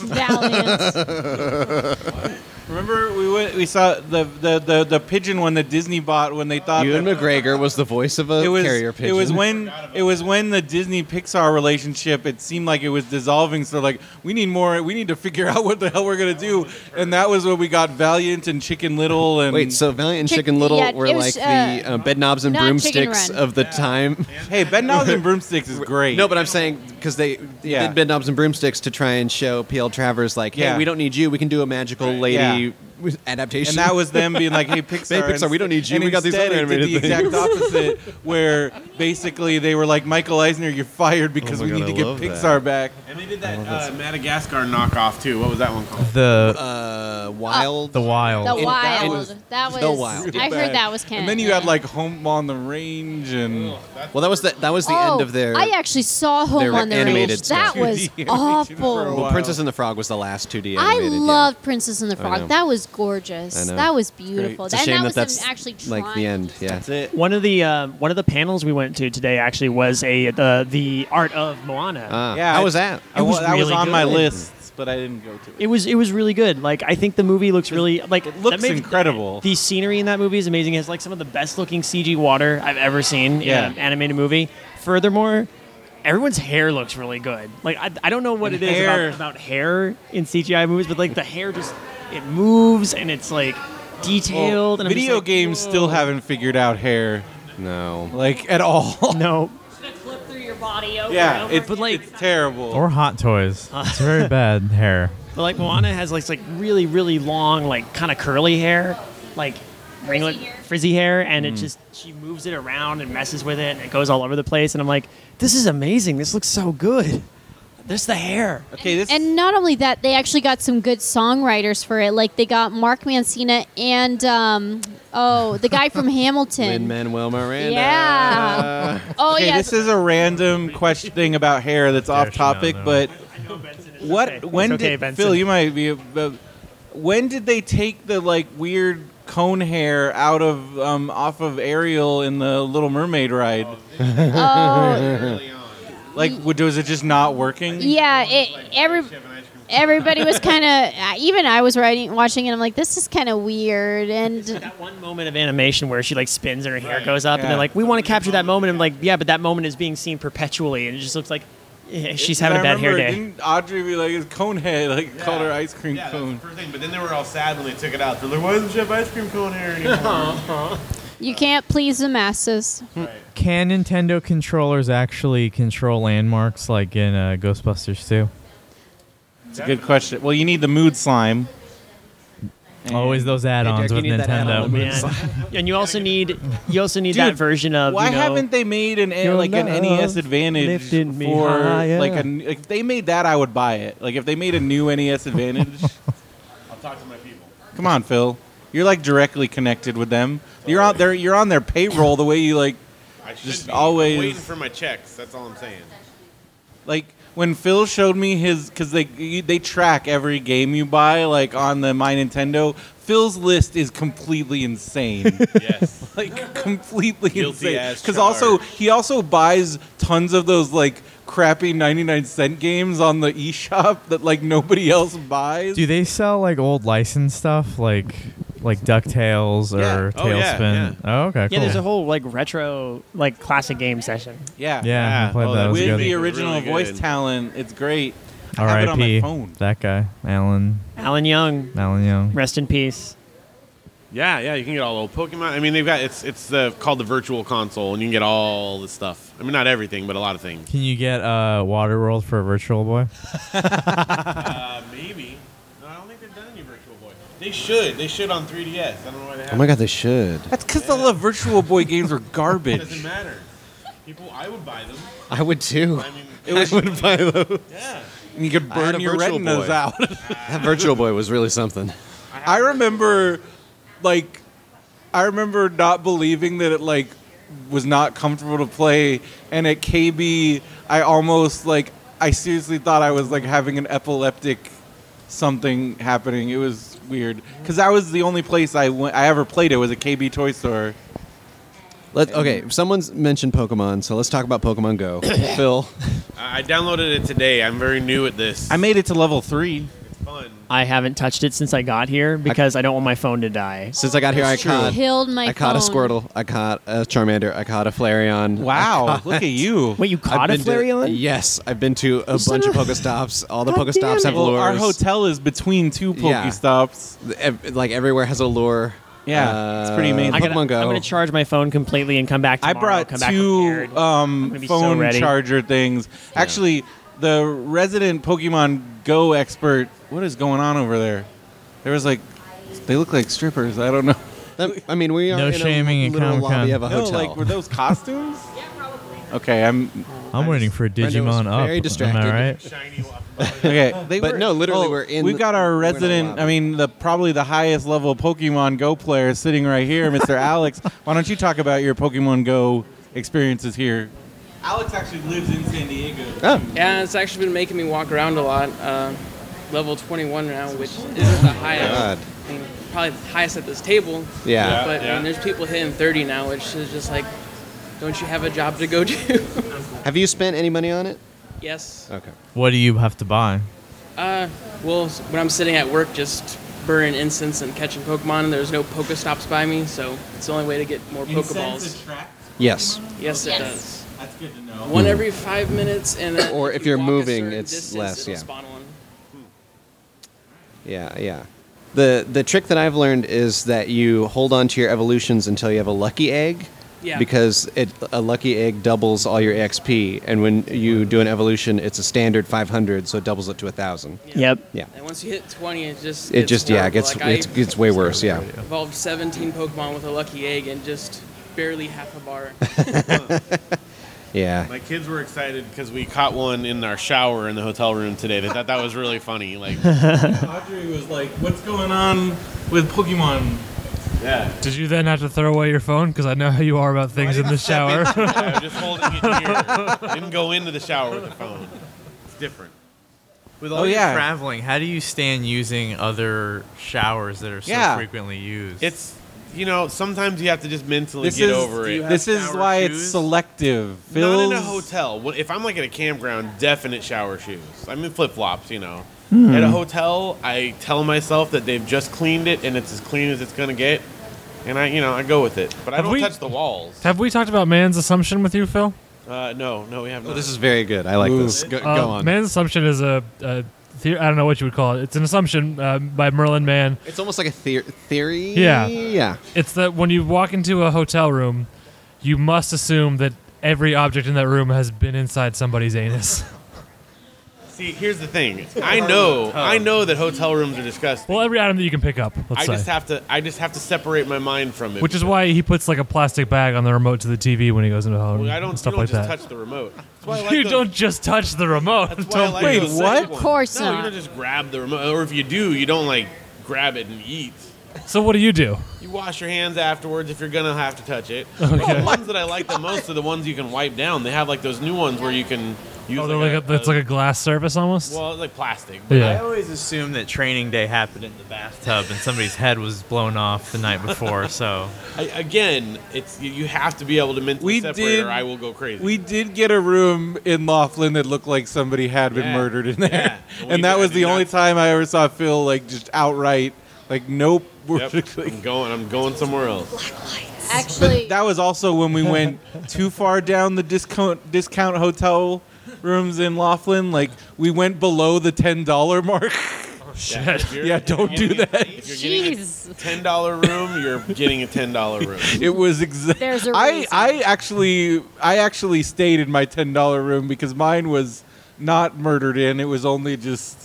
Speaker 8: Valiant.
Speaker 3: Remember we went, we saw the, the, the, the pigeon one that Disney bought when they thought
Speaker 1: Ewan
Speaker 3: that-
Speaker 1: McGregor was the voice of a
Speaker 3: it was
Speaker 1: carrier pigeon.
Speaker 3: it was when it was when the Disney Pixar relationship it seemed like it was dissolving so like we need more we need to figure out what the hell we're going to do and that was when we got Valiant and Chicken Little and
Speaker 1: Wait, so Valiant and
Speaker 2: Chick-
Speaker 1: Chicken Little
Speaker 2: yeah,
Speaker 1: were
Speaker 2: it was,
Speaker 1: like the
Speaker 2: uh,
Speaker 1: uh, bed knobs and
Speaker 2: not Chicken
Speaker 1: broomsticks
Speaker 2: Run.
Speaker 1: of the time.
Speaker 3: Hey, bed knobs and broomsticks is great.
Speaker 1: No, but I'm saying because they, they
Speaker 3: Yeah.
Speaker 1: did bed knobs and broomsticks to try and show P.L. Travers like, hey,
Speaker 3: Yeah.
Speaker 1: we don't need you. We can do a magical lady with adaptation.
Speaker 3: And that was them being like, "Hey, Pixar,
Speaker 1: hey, Pixar, we don't need you.
Speaker 3: and
Speaker 1: We got these
Speaker 3: instead
Speaker 1: other
Speaker 3: it did
Speaker 1: animated
Speaker 3: the
Speaker 1: things.
Speaker 3: exact opposite, where basically they were like, "Michael Eisner, you're fired because
Speaker 6: my
Speaker 3: we
Speaker 6: God,
Speaker 3: need to
Speaker 6: I
Speaker 3: get
Speaker 6: love
Speaker 3: Pixar
Speaker 6: that.
Speaker 3: back."
Speaker 6: And they did that uh, Madagascar knockoff too. What was that one called?
Speaker 8: The
Speaker 1: uh, Wild.
Speaker 8: The Wild.
Speaker 2: the
Speaker 6: it- that
Speaker 2: wild.
Speaker 6: was-
Speaker 2: That was.
Speaker 1: The Wild.
Speaker 2: I heard that was Ken.
Speaker 3: And then you
Speaker 2: yeah.
Speaker 3: had like Home on the Range and
Speaker 1: well, that was the, that was the
Speaker 2: oh,
Speaker 1: end of their.
Speaker 2: I actually saw Home
Speaker 1: their
Speaker 2: on the
Speaker 1: animated
Speaker 2: Range.
Speaker 1: stuff.
Speaker 2: That was awful.
Speaker 1: Well, Princess and the Frog was the last 2D.
Speaker 2: I
Speaker 1: animated, yeah.
Speaker 2: loved Princess and the
Speaker 1: I
Speaker 2: Frog.
Speaker 1: know.
Speaker 2: That was gorgeous.
Speaker 1: I know.
Speaker 2: That was
Speaker 1: Great.
Speaker 2: beautiful.
Speaker 1: It's a
Speaker 2: and
Speaker 1: shame
Speaker 2: that
Speaker 1: that
Speaker 2: was
Speaker 1: that's,
Speaker 2: them actually trying.
Speaker 1: like the end. Yeah,
Speaker 5: One of the uh, one of the panels we went to today actually was a the the art of Moana.
Speaker 1: Ah. Yeah, How was that?
Speaker 5: It
Speaker 3: I,
Speaker 5: was
Speaker 3: wa- that was
Speaker 5: really
Speaker 3: on my
Speaker 5: good.
Speaker 3: list, but I didn't go to it.
Speaker 5: It was it was really good. Like I think the movie looks really like it
Speaker 3: looks incredible.
Speaker 5: The, scenery in that movie is amazing. It has like some of the best looking CG water I've ever seen
Speaker 3: Yeah.
Speaker 5: in an animated movie. Furthermore, everyone's hair looks really good. Like I, I don't know what
Speaker 3: And
Speaker 5: it is
Speaker 3: hair.
Speaker 5: about, about hair in CGI movies, but like the hair just it moves and it's like detailed. and I'm just
Speaker 3: Video
Speaker 5: like,
Speaker 3: games still haven't figured out hair.
Speaker 1: No.
Speaker 3: Like at all.
Speaker 5: No.
Speaker 9: clip through your body over
Speaker 3: Yeah,
Speaker 9: and over
Speaker 3: it's, it's terrible.
Speaker 8: Or Hot Toys. It's very bad hair.
Speaker 5: But like Moana has like like really really long like kind of curly hair, like ringlet frizzy hair, and it
Speaker 4: Mm.
Speaker 5: just she moves it around and messes with it, and it goes all over the place. And I'm like, this is amazing. This looks so good. There's the hair.
Speaker 3: Okay, this
Speaker 2: And not only that, they actually got some good songwriters for it. Like they got Mark Mancina and um, oh, the guy from
Speaker 1: Lin
Speaker 2: Hamilton.
Speaker 1: Manuel Miranda.
Speaker 2: Yeah. Oh
Speaker 3: okay,
Speaker 2: yes.
Speaker 3: this is a random question thing about hair that's off topic, but what? When
Speaker 5: okay,
Speaker 3: did
Speaker 5: Benson.
Speaker 3: Phil? You might be. Uh, when did they take the like weird cone hair out of um, off of Ariel in the Little Mermaid ride?
Speaker 2: Oh.
Speaker 3: like, w- was it just not working?
Speaker 2: yeah. It, every everybody was kind of even I was writing watching it. I'm like, this is kind of weird. And
Speaker 5: One moment of animation where she like spins and her hair goes up, and
Speaker 3: Yeah.
Speaker 5: they're like, we want to capture that moment. I'm like, yeah, but that moment is being seen perpetually, and it just looks like eh, she's having a
Speaker 3: I
Speaker 5: bad hair
Speaker 3: remember,
Speaker 5: day.
Speaker 3: Didn't Audrey be like, "It's cone head," like called her ice cream cone.
Speaker 6: But then they were all sad when they took it out. They're like, why doesn't she have ice cream cone hair anymore?
Speaker 2: you can't please the masses.
Speaker 8: Can Nintendo controllers actually control landmarks like in uh, Ghostbusters 2?
Speaker 3: It's a good question. Well, you need the mood slime.
Speaker 8: Always those
Speaker 5: Derek,
Speaker 8: add-ons
Speaker 5: you
Speaker 8: with
Speaker 5: need that
Speaker 8: Nintendo.
Speaker 5: add-on, man. and you also need you also need that
Speaker 3: Dude,
Speaker 5: version of.
Speaker 3: Why
Speaker 5: you know,
Speaker 3: haven't they made an
Speaker 5: Your
Speaker 3: like an E
Speaker 5: love
Speaker 3: NES Advantage
Speaker 5: lifted me
Speaker 3: for
Speaker 5: higher.
Speaker 3: like, a, like if they made that I would buy it. Like if they made a new NES Advantage.
Speaker 6: I'll talk to my people.
Speaker 3: Come on, Phil. You're like directly connected with them. You're on their you're on their payroll the way you like
Speaker 6: I should
Speaker 3: just
Speaker 6: be.
Speaker 3: always
Speaker 6: I'm waiting for my checks. That's all I'm saying.
Speaker 3: like when Phil showed me his cuz they they track every game you buy like on the My Nintendo, Phil's list is completely insane.
Speaker 6: Yes.
Speaker 3: like completely
Speaker 6: Guilty
Speaker 3: insane.
Speaker 6: as
Speaker 3: also he also buys tons of those like crappy 99 cent games on the eShop that like nobody else buys.
Speaker 8: Do they sell like old licensed stuff like like Ducktales or
Speaker 3: Oh, yeah,
Speaker 8: Tailspin? Oh, okay, cool.
Speaker 5: Yeah, there's a whole like retro like classic game session.
Speaker 3: Yeah.
Speaker 8: Yeah,
Speaker 6: Oh,
Speaker 8: I played that. It was
Speaker 3: With
Speaker 8: good.
Speaker 3: the original
Speaker 6: Really
Speaker 3: voice
Speaker 6: good.
Speaker 3: talent, it's great. I have it on my
Speaker 8: R.I.P.
Speaker 3: phone.
Speaker 8: That guy, Alan
Speaker 5: Alan Young,
Speaker 8: Alan Young.
Speaker 5: rest in peace.
Speaker 6: Yeah, yeah, you can get all old Pokemon. I mean, they've got it's it's the, called the Virtual Console, and you can get all this stuff. I mean, not everything, but a lot of things.
Speaker 8: Can you get uh, Waterworld for a Virtual Boy?
Speaker 6: Uh, maybe. No, I don't think they've done any Virtual Boy. They should. They should on 3DS. I don't know why they haven't.
Speaker 1: Oh my god, they should.
Speaker 3: That's because all the Virtual Boy games were
Speaker 6: It
Speaker 3: garbage.
Speaker 6: doesn't matter. People, I would buy them.
Speaker 1: I would too.
Speaker 6: I mean,
Speaker 3: It was,
Speaker 1: would buy those.
Speaker 6: yeah.
Speaker 3: you could
Speaker 1: I had
Speaker 3: burn
Speaker 1: a
Speaker 3: your
Speaker 1: Virtual
Speaker 3: retinas
Speaker 1: Boy.
Speaker 3: out.
Speaker 1: That Virtual Boy was really something.
Speaker 3: I remember, like, I remember not believing that it like was not comfortable to play, and at KB, I almost like I seriously thought I was like having an epileptic something happening. It was weird because that was the only place I went. I ever played it was a KB toy store.
Speaker 1: Let okay, someone's mentioned Pokemon, so let's talk about Pokemon Go. Phil,
Speaker 6: I I downloaded it today. I'm very new at this.
Speaker 3: I made it to level three.
Speaker 6: it's fun.
Speaker 5: I haven't touched it since I got here because I don't want my phone to die.
Speaker 1: since I got here, I caught
Speaker 2: Killed my
Speaker 1: I caught a
Speaker 2: phone.
Speaker 1: Squirtle, I caught a Charmander, I caught a Flareon.
Speaker 3: Wow, look at you.
Speaker 5: Wait, you
Speaker 1: I've
Speaker 5: caught a
Speaker 1: been to-
Speaker 5: Flareon?
Speaker 1: yes, I've been to a
Speaker 5: son
Speaker 1: bunch of
Speaker 5: of
Speaker 1: Pokestops. All the
Speaker 5: God
Speaker 1: Pokestops
Speaker 5: damn
Speaker 1: have
Speaker 5: it.
Speaker 3: Well,
Speaker 1: lures.
Speaker 3: our hotel is between two
Speaker 1: Yeah.
Speaker 3: Pokestops.
Speaker 1: Ev- like everywhere has a lure.
Speaker 3: Yeah, it's pretty amazing.
Speaker 5: I
Speaker 1: Pokemon
Speaker 5: gotta,
Speaker 1: Go.
Speaker 5: I'm gonna charge my phone completely and come back.
Speaker 3: I
Speaker 5: Tomorrow,
Speaker 3: brought
Speaker 5: come back
Speaker 3: two
Speaker 5: prepared.
Speaker 3: um,
Speaker 5: gonna be so
Speaker 3: phone
Speaker 5: ready.
Speaker 3: charger things. Actually, the resident Pokemon Go expert. What is going on over there? There was like, they look like strippers. I don't know.
Speaker 1: That- I mean, we are
Speaker 8: No
Speaker 1: in
Speaker 8: shaming
Speaker 1: a
Speaker 8: at
Speaker 1: little
Speaker 8: Comic-Con.
Speaker 1: lobby of a
Speaker 3: No,
Speaker 1: hotel.
Speaker 3: like were those costumes? yeah, probably. Okay, I'm.
Speaker 8: I'm waiting for
Speaker 1: Brenda was
Speaker 8: Digimon up.
Speaker 1: very distracted.
Speaker 8: Am I right?
Speaker 6: Shiny. wa-
Speaker 3: Okay, they
Speaker 1: But
Speaker 3: were-
Speaker 1: no, literally,
Speaker 3: oh,
Speaker 1: we're in
Speaker 3: We've
Speaker 1: the-
Speaker 3: got our
Speaker 1: we're in the
Speaker 3: resident.
Speaker 1: lobby.
Speaker 3: I mean, the probably the highest level Pokemon Go player sitting right here, Mr. Alex. Why don't you talk about your Pokemon Go experiences here? Alex actually lives in San Diego.
Speaker 1: Oh.
Speaker 7: Yeah, it's actually been making me walk around a lot. Uh, level 21 now, which isn't the highest.
Speaker 1: Oh, God.
Speaker 7: I mean, probably the highest at this table.
Speaker 1: Yeah.
Speaker 7: But I mean, there's people hitting 30 now, which is just like, don't you have a job to go to?
Speaker 1: Have you spent any money on it?
Speaker 7: yes.
Speaker 1: Okay.
Speaker 8: What do you have to buy?
Speaker 7: Uh, well, s- when I'm sitting at work, just burning incense and catching Pokemon, and there's no Pokestops by me, so it's the only way to get more Pokeballs.
Speaker 1: Yes.
Speaker 7: Yes, it
Speaker 2: Yes.
Speaker 7: does.
Speaker 3: That's good to know.
Speaker 7: One every five minutes, and then
Speaker 1: Or if you're
Speaker 7: walk a
Speaker 1: moving,
Speaker 7: certain
Speaker 1: it's
Speaker 7: distance,
Speaker 1: less,
Speaker 7: it'll
Speaker 1: yeah.
Speaker 7: spawn one.
Speaker 1: Yeah, yeah. The the trick that I've learned is that you hold on to your evolutions until you have a lucky egg.
Speaker 7: Yeah.
Speaker 1: Because it, a lucky egg doubles all your XP, and when you do an evolution, it's a standard 500, so it doubles it to a thousand.
Speaker 5: Yep.
Speaker 1: Yeah.
Speaker 7: And once you hit 20, it just
Speaker 1: It just yeah, it gets
Speaker 7: horrible.
Speaker 1: it's,
Speaker 7: I
Speaker 1: it's way worse. Yeah.
Speaker 7: evolved 17 Pokemon with a lucky egg and just barely half a bar.
Speaker 1: Yeah.
Speaker 6: My kids were excited because we caught one in our shower in the hotel room today. They thought that was really funny. Like,
Speaker 3: Audrey was like, "What's going on with Pokemon?"
Speaker 6: yeah.
Speaker 4: Did you then have to throw away your phone? Because I know how you are about things in the shower.
Speaker 6: I was just holding it here. Didn't go into the shower with the phone. It's different.
Speaker 8: With
Speaker 6: Oh,
Speaker 3: all your
Speaker 8: Oh, traveling, how do you stand using other showers that are so
Speaker 3: Yeah.
Speaker 8: frequently used?
Speaker 6: It's you know sometimes you have to just mentally
Speaker 3: This
Speaker 6: get
Speaker 3: is
Speaker 6: over it.
Speaker 3: this is why it's selective.
Speaker 6: Not in a
Speaker 3: Phil's-
Speaker 6: hotel. Well, If I'm like at a campground, definite shower shoes. I'm in flip flops, you know.
Speaker 1: Hmm.
Speaker 6: At a hotel, I tell myself that they've just cleaned it and it's as clean as it's gonna get, and I, you know, I go with it. But I
Speaker 4: Have
Speaker 6: don't
Speaker 4: we-
Speaker 6: touch the walls.
Speaker 4: Have we talked about man's assumption with you, Phil?
Speaker 6: Uh, no, no, we have not.
Speaker 1: Oh, this is very good. I like
Speaker 3: Ooh.
Speaker 1: this. Go,
Speaker 4: Uh,
Speaker 1: go on.
Speaker 4: Man's assumption is a, a the- I don't know what you would call it. It's an assumption uh, by Merlin Mann.
Speaker 1: It's almost like a theor- theory.
Speaker 4: Yeah.
Speaker 1: Yeah.
Speaker 4: It's that when you walk into a hotel room, you must assume that every object in that room has been inside somebody's anus.
Speaker 6: See, here's the thing. I know, I know that hotel rooms are disgusting.
Speaker 4: Well, every item that you can pick up, let's
Speaker 6: I
Speaker 4: say.
Speaker 6: just have to, I just have to separate my mind from it.
Speaker 4: Which is why he puts like a plastic bag on the remote to the TV when he goes into the home.
Speaker 6: Well, I don't,
Speaker 4: stuff
Speaker 6: you don't
Speaker 4: like
Speaker 6: just
Speaker 4: that.
Speaker 6: touch the remote. That's why I like
Speaker 4: you
Speaker 6: those-
Speaker 4: don't just touch the remote.
Speaker 6: That's why I
Speaker 4: Don't
Speaker 6: like
Speaker 4: play
Speaker 6: those
Speaker 4: with
Speaker 6: second
Speaker 4: it.
Speaker 6: ones.
Speaker 2: Of course
Speaker 6: no, you
Speaker 2: not.
Speaker 6: don't just grab the remote, or if you do, you don't like grab it and eat.
Speaker 4: So what do you do?
Speaker 6: You wash your hands afterwards if you're gonna have to touch it.
Speaker 4: Okay.
Speaker 6: But The ones that I like the most are the ones you can wipe down. They have like those new ones where you can use.
Speaker 4: Oh, they're like a, that's like a glass surface almost.
Speaker 6: well, it's like plastic.
Speaker 4: Yeah.
Speaker 8: I always assume that training day happened in the bathtub and somebody's head was blown off the night before. So
Speaker 6: I, again, it's you- you have to be able to mentally
Speaker 3: We
Speaker 6: separate,
Speaker 3: did-
Speaker 6: or I will go crazy.
Speaker 3: We did get a room in Laughlin that looked like somebody had been
Speaker 6: Yeah.
Speaker 3: murdered in there,
Speaker 6: Yeah.
Speaker 3: and,
Speaker 6: We did-
Speaker 3: that
Speaker 6: I
Speaker 3: was
Speaker 6: did
Speaker 3: the
Speaker 6: not-
Speaker 3: only time I ever saw Phil like just outright like, nope. we're
Speaker 6: Yep,
Speaker 3: just, like-
Speaker 6: I'm going. I'm going somewhere else.
Speaker 2: Actually,
Speaker 3: that was also when we went too far down the discount discount hotel rooms in Laughlin. Like we went below the ten dollar mark.
Speaker 6: Oh,
Speaker 4: Shit.
Speaker 6: If you're-
Speaker 3: yeah,
Speaker 6: if you're
Speaker 3: don't do
Speaker 6: getting-
Speaker 3: that.
Speaker 6: If you're getting
Speaker 2: jeez.
Speaker 6: a ten dollar room, you're getting a ten dollar room.
Speaker 3: It was exactly.
Speaker 9: There's a
Speaker 3: I
Speaker 9: reason.
Speaker 3: I actually I actually stayed in my ten dollar room because mine was not murdered in. It was only just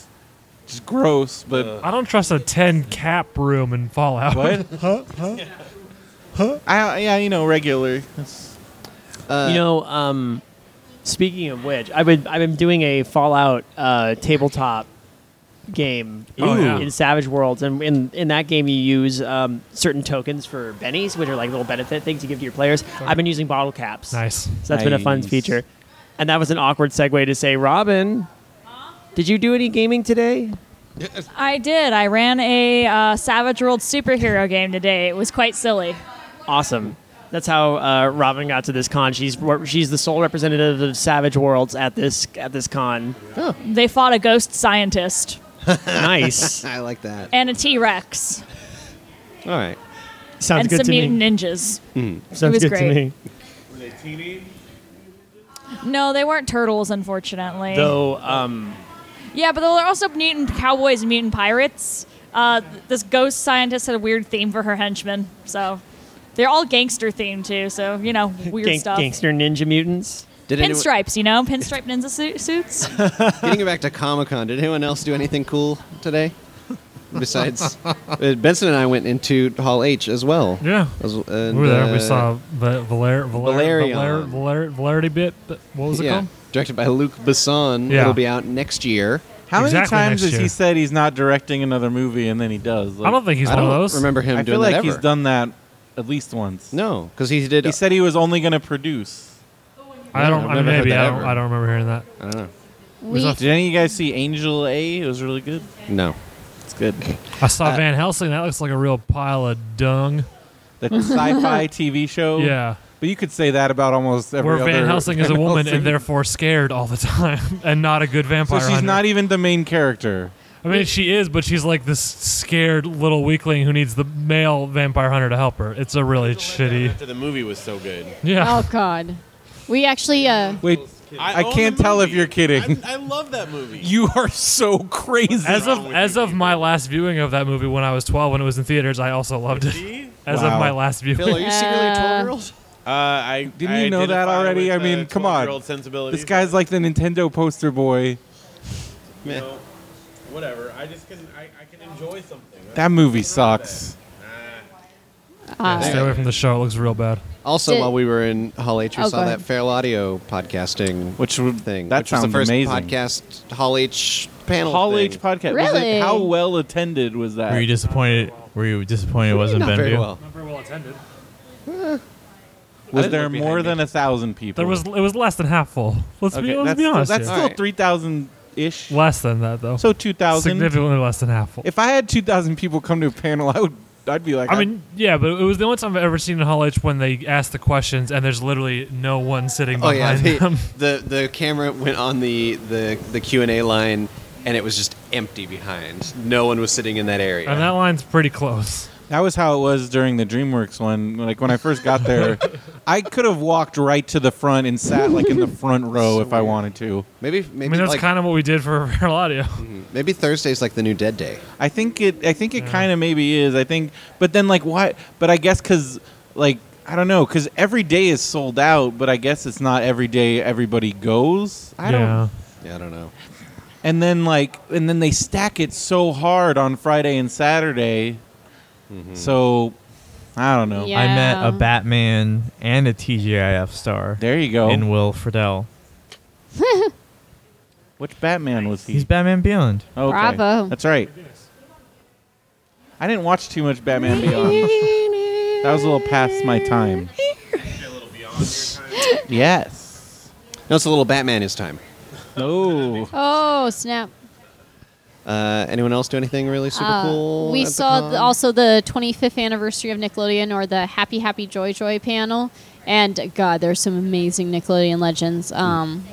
Speaker 3: just gross. But
Speaker 4: I don't trust a ten cap room in Fallout.
Speaker 3: what?
Speaker 8: I yeah, you know, regular. It's,
Speaker 1: Uh,
Speaker 5: you know, um, speaking of which, I've been I've been doing a Fallout uh, tabletop game
Speaker 4: Oh,
Speaker 5: in,
Speaker 4: yeah.
Speaker 5: in Savage Worlds, and in, in that game you use um, certain tokens for bennies, which are like little benefit things you give to your players. I've been using bottle caps,
Speaker 4: Nice.
Speaker 5: so that's been a fun
Speaker 8: Nice.
Speaker 5: feature. And that was an awkward segue to say, Robin, did you do any gaming today?
Speaker 9: I did. I ran a uh, Savage World superhero game today. It was quite silly.
Speaker 5: Awesome. That's how uh, Robin got to this con. She's she's the sole representative of Savage Worlds at this at this con.
Speaker 9: They fought a ghost scientist
Speaker 5: Nice.
Speaker 1: I like that.
Speaker 9: and a T Rex
Speaker 1: All right.
Speaker 5: Sounds
Speaker 9: and
Speaker 5: good
Speaker 9: some
Speaker 5: to
Speaker 9: mutant
Speaker 5: me. Hmm.
Speaker 9: ninjas.
Speaker 5: Mm. Sounds
Speaker 9: was
Speaker 5: good
Speaker 9: great.
Speaker 5: to me.
Speaker 9: No, they weren't turtles, unfortunately.
Speaker 5: Though, um,
Speaker 9: Yeah, but there were also mutant cowboys and mutant pirates. Uh, th- this ghost scientist had a weird theme for her henchmen, so they're all gangster themed too. So you know, weird
Speaker 5: gang-
Speaker 9: stuff.
Speaker 5: gangster ninja mutants.
Speaker 1: Did anyone,
Speaker 9: Pinstripes, you know, pinstripe ninja su- suits.
Speaker 1: getting back to Comic Con, did anyone else do anything cool today? Besides, uh, Benson and I went into Hall H as well.
Speaker 4: Yeah.
Speaker 1: As-
Speaker 4: We
Speaker 1: and,
Speaker 4: were there.
Speaker 1: uh,
Speaker 4: we saw Va- Valer, Valer,
Speaker 1: Valerion.
Speaker 4: Valer, Valer, Valerity bit. but What was it
Speaker 1: yeah,
Speaker 4: called?
Speaker 1: directed by Luc Besson.
Speaker 4: Yeah.
Speaker 1: It'll be out next year.
Speaker 3: How many
Speaker 4: Exactly
Speaker 3: times
Speaker 4: next
Speaker 3: has
Speaker 4: year.
Speaker 3: he said he's not directing another movie and then he does? Like,
Speaker 4: I don't think he's
Speaker 1: I
Speaker 4: one
Speaker 1: don't
Speaker 4: of those.
Speaker 1: remember him
Speaker 3: I
Speaker 1: doing
Speaker 3: feel like
Speaker 1: that
Speaker 3: he's
Speaker 1: ever.
Speaker 3: done that at least once.
Speaker 1: No, because he did.
Speaker 3: He said he was only going to produce.
Speaker 4: I don't.
Speaker 1: I've
Speaker 4: I mean,
Speaker 1: never heard
Speaker 4: maybe
Speaker 1: that
Speaker 4: I don't,
Speaker 1: ever.
Speaker 4: I don't remember hearing that.
Speaker 1: I don't know.
Speaker 2: We,
Speaker 3: Did any of you guys see Angel A? It was really good.
Speaker 1: No, it's good.
Speaker 4: I saw
Speaker 3: Uh,
Speaker 4: Van Helsing. That looks like a real pile of dung.
Speaker 3: That sci-fi TV show.
Speaker 4: Yeah.
Speaker 3: But you could say that about almost every
Speaker 4: Where Van
Speaker 3: other
Speaker 4: Helsing is a woman
Speaker 3: Helsing.
Speaker 4: and therefore scared all the time and not a good
Speaker 3: So
Speaker 4: vampire.
Speaker 3: she's
Speaker 4: hunter.
Speaker 3: not even the main character.
Speaker 4: I mean, she is, but she's like this scared little weakling who needs the male vampire hunter to help her. It's a really shitty.
Speaker 6: After the movie was so good.
Speaker 4: Yeah.
Speaker 2: oh god, we actually uh,
Speaker 3: Wait, I
Speaker 6: own
Speaker 3: can't
Speaker 6: the
Speaker 3: tell if
Speaker 6: movie.
Speaker 3: you're kidding.
Speaker 6: I, I love that movie.
Speaker 3: You are so crazy.
Speaker 4: As
Speaker 6: wrong
Speaker 4: of
Speaker 6: with
Speaker 4: as
Speaker 6: you
Speaker 4: of my last viewing of that movie when I was 12, when it was in theaters, I also loved it.
Speaker 6: See?
Speaker 4: As
Speaker 3: Wow.
Speaker 4: of my last
Speaker 1: Phil, are
Speaker 4: viewing.
Speaker 1: you secretly a twelve year old?
Speaker 6: Uh, I
Speaker 3: Didn't you know that already? I mean, come on.
Speaker 6: Sensibility.
Speaker 3: This guy's like the Nintendo poster boy.
Speaker 6: whatever. I just can. I, I can enjoy something.
Speaker 3: That movie sucks.
Speaker 2: uh,
Speaker 4: Stay away from the show. It looks real bad.
Speaker 1: Also,
Speaker 2: Did-
Speaker 1: while we were in Hall H, we
Speaker 2: Oh,
Speaker 1: saw
Speaker 2: go
Speaker 1: that
Speaker 2: ahead.
Speaker 1: Feral Audio podcasting
Speaker 3: Which would-
Speaker 1: thing.
Speaker 3: that
Speaker 1: which was the
Speaker 3: sounds
Speaker 1: first
Speaker 3: amazing.
Speaker 1: podcast Hall H panel.
Speaker 3: Hall
Speaker 1: thing.
Speaker 3: H podcast. Was it-
Speaker 2: Really?
Speaker 3: how well attended was that?
Speaker 10: Were you disappointed? Were you disappointed it wasn't
Speaker 1: Not
Speaker 10: Benview?
Speaker 1: very well.
Speaker 4: Not very well attended.
Speaker 3: Was
Speaker 4: Eh,
Speaker 1: I didn't
Speaker 3: there
Speaker 1: look behind
Speaker 3: more
Speaker 1: me.
Speaker 3: than a thousand people?
Speaker 4: There was it was less than half full. Let's be
Speaker 3: Okay,
Speaker 4: let's
Speaker 3: that's
Speaker 4: be
Speaker 3: still-
Speaker 4: honest.
Speaker 3: that's
Speaker 4: here.
Speaker 3: still
Speaker 1: Alright.
Speaker 3: three thousand ish.
Speaker 4: Less than that though.
Speaker 3: So two thousand.
Speaker 4: significantly less than half full.
Speaker 3: If I had two thousand people come to a panel, I would. I'd be like.
Speaker 4: I mean, yeah, but it was the only time I've ever seen in Hall H when they ask the questions and there's literally no one sitting
Speaker 1: Oh
Speaker 4: behind
Speaker 1: yeah,
Speaker 4: them.
Speaker 1: the, the the camera went on the the the Q and A line, and it was just empty behind. No one was sitting in that area.
Speaker 4: And that line's pretty close.
Speaker 3: That was how it was during the DreamWorks one. Like when I first got there, I could have walked right to the front and sat like in the front row if I wanted to.
Speaker 1: maybe
Speaker 4: I
Speaker 1: maybe
Speaker 4: mean, that's
Speaker 1: like
Speaker 4: kind of what we did for Feral Audio.
Speaker 3: Mm-hmm.
Speaker 1: maybe Thursday's like the new Dead Day.
Speaker 3: I think it. I think it kind of maybe is. I think, but then like why? But I guess because like I don't know because every day is sold out. But I guess it's not every day everybody goes.
Speaker 4: yeah.
Speaker 3: I don't.
Speaker 1: Yeah, I don't know.
Speaker 3: and then like and then they stack it so hard on Friday and Saturday.
Speaker 1: Mm-hmm.
Speaker 3: So I don't know.
Speaker 10: I met a Batman and a TGIF star.
Speaker 3: There you go.
Speaker 10: In Will Friedle.
Speaker 3: Which Batman was he?
Speaker 10: He's Batman Beyond.
Speaker 3: Okay.
Speaker 2: Bravo.
Speaker 3: That's right. I didn't watch too much Batman Beyond. that was a little past my time. yes.
Speaker 1: No, it's a little Batman his time.
Speaker 3: No.
Speaker 2: Oh snap!
Speaker 1: Uh, anyone else do anything really super
Speaker 2: Uh,
Speaker 1: cool?
Speaker 2: We
Speaker 1: at the
Speaker 2: saw
Speaker 1: con?
Speaker 2: th- also the 25th anniversary of Nickelodeon or the Happy Happy Joy Joy panel, and God, there's some amazing Nickelodeon legends. Um,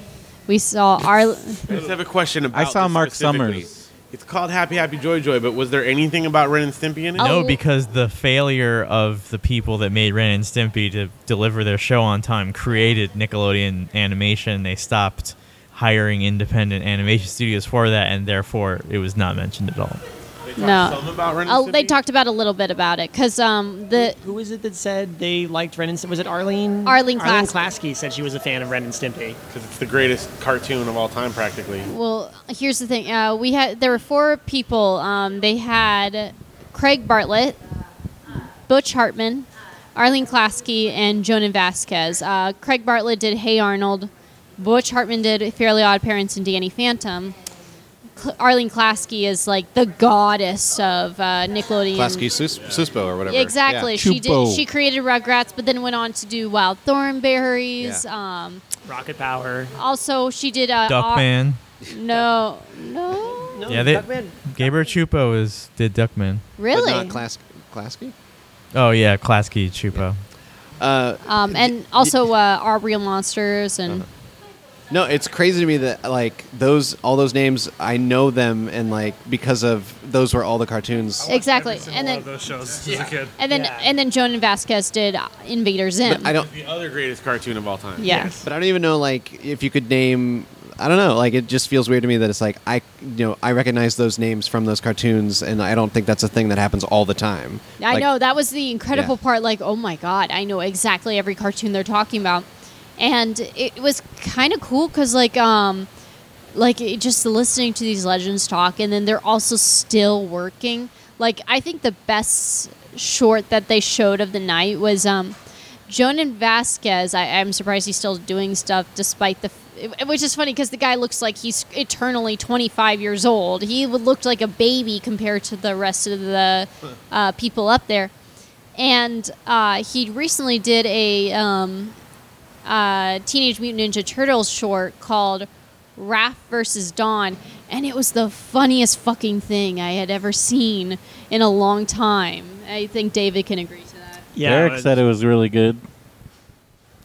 Speaker 2: we saw our
Speaker 6: I just have a question about.
Speaker 3: I saw
Speaker 6: this
Speaker 3: Mark
Speaker 6: specifically. It's called Happy Happy Joy Joy, but was there anything about Ren and Stimpy in it?
Speaker 3: Oh.
Speaker 2: Oh.
Speaker 10: No, because the failure of the people that made Ren and Stimpy to deliver their show on time created Nickelodeon animation. They stopped hiring independent animation studios for that, and therefore it was not mentioned at all.
Speaker 2: no,
Speaker 6: about Ren and
Speaker 2: Oh, they talked about a little bit about it because um, the
Speaker 5: Who was it that said they liked Ren and Stimpy? Was it Arlene?
Speaker 2: Arlene
Speaker 5: Klasky said she was a fan of Ren and Stimpy.
Speaker 6: Because it's the greatest cartoon of all time, practically.
Speaker 2: Well, here's the thing. Uh, we had there were four people. Um, they had Craig Bartlett, Butch Hartman, Arlene Klasky, and Jonan Vasquez. Uh, Craig Bartlett did Hey Arnold. Butch Hartman did Fairly Odd Parents and Danny Phantom. Cl- Arlene Klasky is like the goddess of uh, Nickelodeon.
Speaker 1: Klasky Sus- Suspo or whatever.
Speaker 2: Exactly.
Speaker 1: Yeah.
Speaker 2: She did. She created Rugrats, but then went on to do Wild Thornberries. Um,
Speaker 5: Rocket Power.
Speaker 2: also, she did uh, oh, Ar-
Speaker 10: Duckman.
Speaker 2: No, no.
Speaker 10: yeah, they, Gabriel Chupo is did Duckman.
Speaker 2: Really?
Speaker 1: But not Klas- Klasky?
Speaker 10: Oh yeah, Klasky Chupo.
Speaker 1: Uh,
Speaker 2: Um, and also uh, our real monsters
Speaker 1: Uh-huh.
Speaker 2: and
Speaker 1: No, it's crazy to me that like those all those names I know them and like because of those were all the cartoons.
Speaker 2: exactly, and
Speaker 4: One of
Speaker 2: then
Speaker 4: those shows as a kid.
Speaker 2: and then and then Joan and Vasquez did uh, Invader Zim.
Speaker 1: But I don't.
Speaker 6: The other greatest cartoon of all time.
Speaker 2: Yeah.
Speaker 1: But I don't even know like if you could name. I don't know. Like it just feels weird to me that it's like I you know I recognize those names from those cartoons and I don't think that's a thing that happens all the time.
Speaker 2: I
Speaker 1: Like,
Speaker 2: know that was the incredible part. Like, oh my god, I know exactly every cartoon they're talking about, and it was kind of cool because like um, like it, just listening to these legends talk, and then they're also still working. Like, I think the best short that they showed of the night was um, Jonan Vasquez. I, I'm surprised he's still doing stuff despite the. f- it- Which is funny because the guy looks like he's eternally 25 years old. He would- looked like a baby compared to the rest of the uh, people up there. And uh, he recently did a um, uh, Teenage Mutant Ninja Turtles short called Raph versus Dawn, and it was the funniest fucking thing I had ever seen in a long time. I think David can agree to that.
Speaker 5: Yeah,
Speaker 3: Derek
Speaker 5: it
Speaker 3: said it was really good.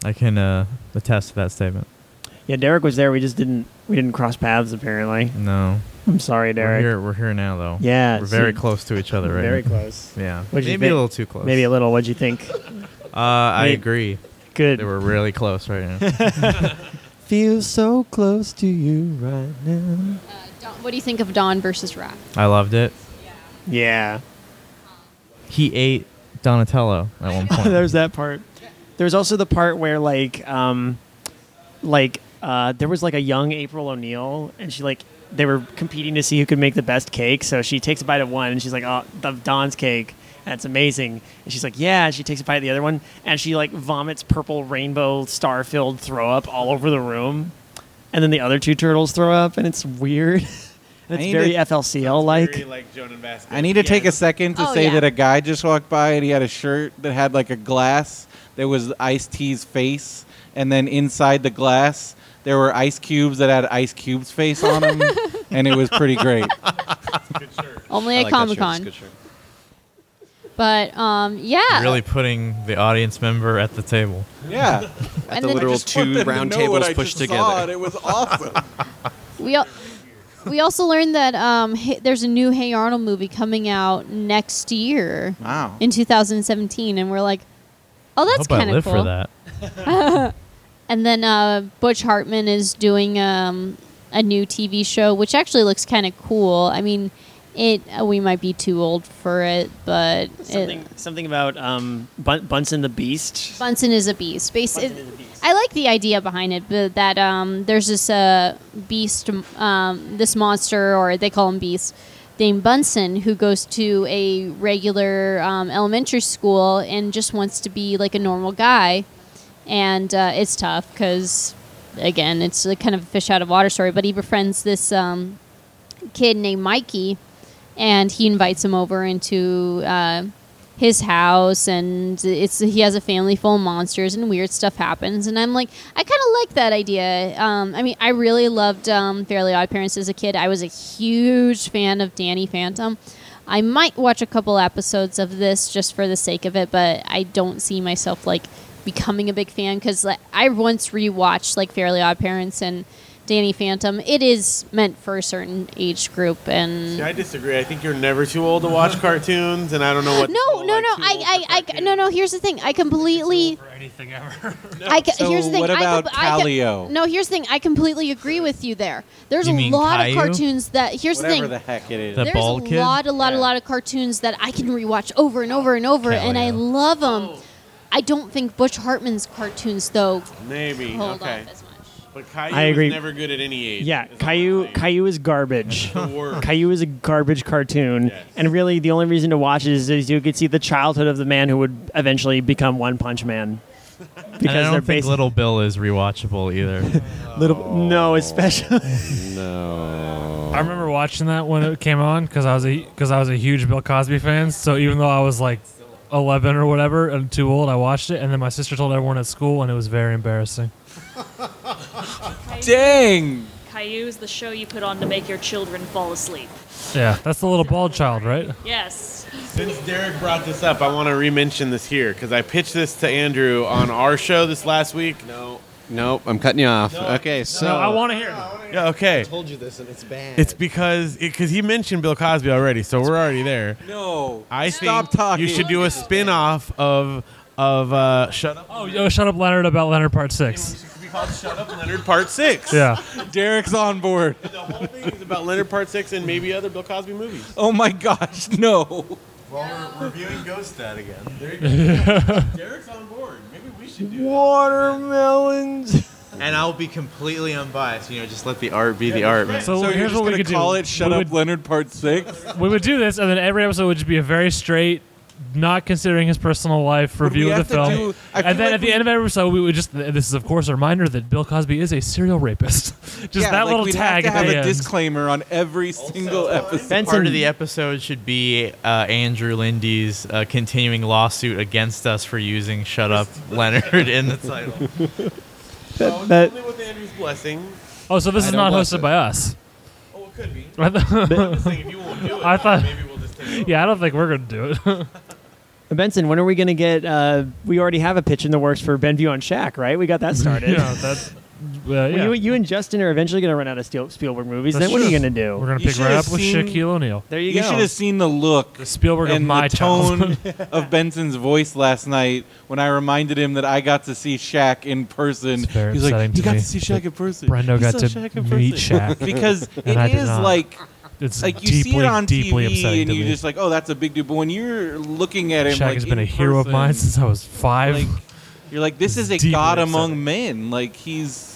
Speaker 10: I can uh, attest to that statement.
Speaker 5: Yeah, Derek was there. We just didn't we didn't cross paths apparently.
Speaker 10: No,
Speaker 5: I'm sorry,
Speaker 10: we're
Speaker 5: Derek.
Speaker 10: here, we're here now though.
Speaker 5: Yeah,
Speaker 10: we're very
Speaker 5: see-
Speaker 10: close to each other right
Speaker 5: Very
Speaker 10: now.
Speaker 5: close.
Speaker 10: Yeah,
Speaker 5: What'd you
Speaker 10: maybe
Speaker 5: think?
Speaker 10: a little too close.
Speaker 5: Maybe a little. What'd you think?
Speaker 10: Uh, I
Speaker 5: Maybe-
Speaker 10: agree.
Speaker 5: Good.
Speaker 10: They were really close right now.
Speaker 11: Feel so close to you right now.
Speaker 2: Dawn, what do you think of Dawn versus Raph?
Speaker 10: I loved it.
Speaker 5: Yeah.
Speaker 10: He ate Donatello at one point.
Speaker 5: There's that part. There's also the part where like um like uh there was like a young April O'Neil and she like they were competing to see who could make the best cake. So she takes a bite of one and she's like, "Oh, the Don's cake." That's amazing. And she's like, "Yeah." And she takes a bite of the other one and she like vomits purple rainbow star-filled throw up all over the room. And then the other two turtles throw up and it's weird. and
Speaker 3: I
Speaker 5: it's
Speaker 3: need
Speaker 5: very
Speaker 3: to-
Speaker 5: FLCL like.
Speaker 6: like Joan and Vasquez.
Speaker 3: I need to take a second to
Speaker 2: Oh,
Speaker 3: say
Speaker 2: yeah.
Speaker 3: that a guy just walked by and he had a shirt that had like a glass that was Ice T's face, and then inside the glass there were ice cubes that had Ice Cube's face on them, and it was pretty great.
Speaker 2: Only
Speaker 1: I
Speaker 2: at
Speaker 1: like that
Speaker 2: Comic
Speaker 1: shirt. It's a
Speaker 2: Con,
Speaker 1: good shirt.
Speaker 2: but um, yeah,
Speaker 10: really putting the audience member at the table.
Speaker 1: At
Speaker 3: Yeah,
Speaker 2: And
Speaker 1: the
Speaker 2: then- I
Speaker 1: literal
Speaker 2: just
Speaker 1: two round tables pushed together.
Speaker 3: It was awesome.
Speaker 2: we al- we also learned that um, hey, there's a new Hey Arnold movie coming out next year
Speaker 3: wow.
Speaker 2: in 2017, and we're like, oh, that's
Speaker 10: Hope I
Speaker 2: kind of
Speaker 10: live
Speaker 2: cool.
Speaker 10: for that.
Speaker 2: And then uh, Butch Hartman is doing um, a new TV show, which actually looks kind of cool. I mean, It uh, we might be too old for it, but
Speaker 5: Something,
Speaker 2: it,
Speaker 5: something about um, Bun- Bunsen the Beast.
Speaker 2: Bunsen is a beast. Bas- it- I like the idea behind it, but that um, there's this uh, beast, um, this monster, or they call him Beast, named Bunsen, who goes to a regular um, elementary school and just wants to be like a normal guy. And uh, it's tough because, again, it's a kind of a fish out of water story, but he befriends this um, kid named Mikey, and he invites him over into uh, his house, and it's he has a family full of monsters, and weird stuff happens. And I'm like, I kind of like that idea. Um, I mean, I really loved um, Fairly Odd Parents as a kid. I was a huge fan of Danny Phantom. I might watch a couple episodes of this just for the sake of it, but I don't see myself like becoming a big fan because like, I once rewatched like Fairly Odd Parents and Danny Phantom. It is meant for a certain age group, and
Speaker 6: See, I disagree. I think you're never too old to watch cartoons, and I don't know what.
Speaker 2: no, no, no. I, I, I, no, no. Here's the thing. I completely.
Speaker 4: anything ever.
Speaker 2: I, ca-
Speaker 3: So
Speaker 2: here's the thing.
Speaker 3: what
Speaker 2: I
Speaker 3: about
Speaker 2: com- I ca-
Speaker 3: Calio?
Speaker 2: no, here's the thing. I completely agree with you there. There's
Speaker 3: You
Speaker 2: a
Speaker 3: mean
Speaker 2: lot
Speaker 3: Caillou?
Speaker 2: of cartoons that. Here's
Speaker 3: Whatever
Speaker 2: the
Speaker 3: the
Speaker 2: thing.
Speaker 3: heck it is.
Speaker 10: The
Speaker 2: there's
Speaker 10: bald
Speaker 2: a
Speaker 10: kid?
Speaker 2: lot, a lot, a lot of cartoons that I can rewatch over and over and over, and I love them. I don't think Butch Hartman's cartoons, though.
Speaker 6: Maybe.
Speaker 2: Hold
Speaker 6: okay.
Speaker 2: off as much.
Speaker 6: But Caillou
Speaker 5: I agree.
Speaker 6: was never good at any age.
Speaker 5: Yeah, Caillou. Caillou is garbage.
Speaker 6: the worst.
Speaker 5: Caillou is a garbage cartoon, and really the only reason to watch it is, is you could see the childhood of the man who would eventually become One Punch Man. Because
Speaker 10: and I
Speaker 5: they're
Speaker 10: don't think
Speaker 5: basically
Speaker 10: Little Bill is rewatchable either.
Speaker 5: little
Speaker 1: Oh.
Speaker 5: mm, no, especially
Speaker 6: no.
Speaker 4: I remember watching that when it came on because I was a because I was a huge Bill Cosby fan. So even though I was like eleven or whatever and too old, I watched it. And then my sister told everyone at school, and it was very embarrassing.
Speaker 3: Dang.
Speaker 9: Caillou's the show you put on to make your children fall asleep.
Speaker 4: Yeah, that's the little bald child, right?
Speaker 9: Yes.
Speaker 6: Since Derek brought this up, I want to re-mention this here because I pitched this to Andrew on our show this last week. No.
Speaker 1: Nope, I'm cutting you off. okay, so
Speaker 4: to hear. it.
Speaker 6: Yeah. Okay.
Speaker 1: told you this, and it's bad.
Speaker 6: It's because because he mentioned Bill Cosby already, so we're already there.
Speaker 3: No.
Speaker 6: I
Speaker 3: Stop
Speaker 6: think
Speaker 3: talking.
Speaker 6: you should do a spin-off of of uh, Shut Up.
Speaker 4: Oh, yo, shut up, Leonard about Leonard Part Six.
Speaker 6: Shut Up Leonard Part Six.
Speaker 4: Yeah,
Speaker 3: Derek's on board.
Speaker 6: The whole thing is about Leonard Part Six and maybe other Bill Cosby movies.
Speaker 3: Oh my gosh, no.
Speaker 6: Well, we're reviewing Ghost Dad again. There you go. Derek's on board. Maybe we should do.
Speaker 8: Watermelons.
Speaker 10: and I'll be
Speaker 8: Completely unbiased. You know, just let the art be the art, man.
Speaker 4: So,
Speaker 3: So
Speaker 4: here's
Speaker 3: you're just
Speaker 4: what we
Speaker 3: gonna
Speaker 4: could do.
Speaker 3: call it "Shut
Speaker 4: We
Speaker 3: Up,
Speaker 4: would-
Speaker 3: Leonard" Part Six.
Speaker 4: we would do this, and then every episode would just be a very straight, not considering his personal life review
Speaker 3: we
Speaker 4: of the
Speaker 3: have to
Speaker 4: film.
Speaker 3: do- I feel
Speaker 4: and then
Speaker 3: like
Speaker 4: at the
Speaker 3: we-
Speaker 4: end of every episode, we would just. This is, of course, a reminder that Bill Cosby is a serial rapist. just
Speaker 3: Yeah,
Speaker 4: that
Speaker 3: like,
Speaker 4: little
Speaker 3: we'd
Speaker 4: tag
Speaker 3: Have to
Speaker 4: at
Speaker 3: have
Speaker 4: the
Speaker 3: a
Speaker 4: end.
Speaker 3: disclaimer on every single episode.
Speaker 10: Part of the episode should be uh, Andrew Lindy's uh, continuing lawsuit against us for using "Shut Up, Leonard" in the title.
Speaker 6: That,
Speaker 1: that-
Speaker 6: only with Andrew's blessing.
Speaker 4: oh, so this
Speaker 1: I
Speaker 4: is
Speaker 1: don't
Speaker 4: not
Speaker 1: watch
Speaker 4: hosted
Speaker 1: it.
Speaker 4: by us.
Speaker 6: Oh, it could be.
Speaker 4: I
Speaker 6: I'm
Speaker 4: thought-
Speaker 6: just saying, if you won't do it,
Speaker 4: I thought-
Speaker 6: maybe we'll just take it over.
Speaker 4: yeah, I don't think we're gonna do it.
Speaker 5: Benson. When are we gonna get? Uh, we already have a pitch in the works for Benview on Shack, right? We got that started.
Speaker 4: yeah, that's. Uh, yeah.
Speaker 5: Well, you, you and Justin are eventually gonna run out of Steel- Spielberg movies.
Speaker 4: That's
Speaker 5: then what are you gonna
Speaker 4: true.
Speaker 5: do?
Speaker 4: We're gonna
Speaker 3: You
Speaker 4: pick
Speaker 3: should
Speaker 4: right
Speaker 3: have
Speaker 4: up with
Speaker 3: seen-
Speaker 4: Shaquille O'Neal.
Speaker 5: there you,
Speaker 3: You
Speaker 5: go.
Speaker 3: should have seen the look
Speaker 4: The Spielberg of
Speaker 3: and
Speaker 4: my
Speaker 3: the tone
Speaker 4: child.
Speaker 3: of Benson's voice last night when I reminded him that I got to see Shaq in
Speaker 4: It's
Speaker 3: person.
Speaker 4: very
Speaker 3: He's like,
Speaker 4: upsetting
Speaker 3: "You
Speaker 4: to
Speaker 3: got
Speaker 4: me
Speaker 3: to see Shaq in person."
Speaker 4: Brendo
Speaker 3: You
Speaker 4: got
Speaker 3: saw
Speaker 4: to
Speaker 3: Shaq in
Speaker 4: meet
Speaker 3: person."
Speaker 4: Shaq.
Speaker 3: because
Speaker 4: And I
Speaker 3: it
Speaker 4: did
Speaker 3: is
Speaker 4: not.
Speaker 3: like
Speaker 4: It's
Speaker 3: like you
Speaker 4: deeply,
Speaker 3: see it on
Speaker 4: deeply
Speaker 3: TV
Speaker 4: upsetting
Speaker 3: and
Speaker 4: to
Speaker 3: you're
Speaker 4: me.
Speaker 3: just like, "Oh, that's a big dude." But when you're looking at him,
Speaker 4: Shaq
Speaker 3: like,
Speaker 4: has been
Speaker 3: in
Speaker 4: a hero of mine
Speaker 3: person,
Speaker 4: since I was five.
Speaker 3: Like, you're like, "This is a
Speaker 4: Deeply
Speaker 3: god among
Speaker 4: upsetting.
Speaker 3: men." Like he's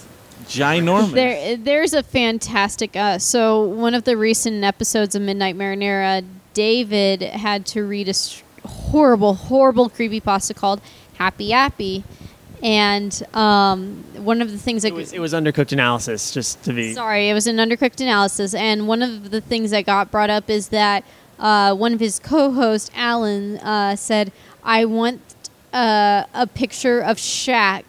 Speaker 3: ginormous.
Speaker 2: There, there's a fantastic. Uh, so one of the recent episodes of Midnight Marinera, David had to read a s- horrible, horrible creepypasta called Happy Appy, and um, one of the things
Speaker 5: It
Speaker 2: that
Speaker 5: was, it was undercooked analysis, just to be.
Speaker 2: Sorry, it was an undercooked analysis, and one of the things that got brought up is that uh, one of his co-hosts, Alan, uh, said, "I want uh, a picture of Shaq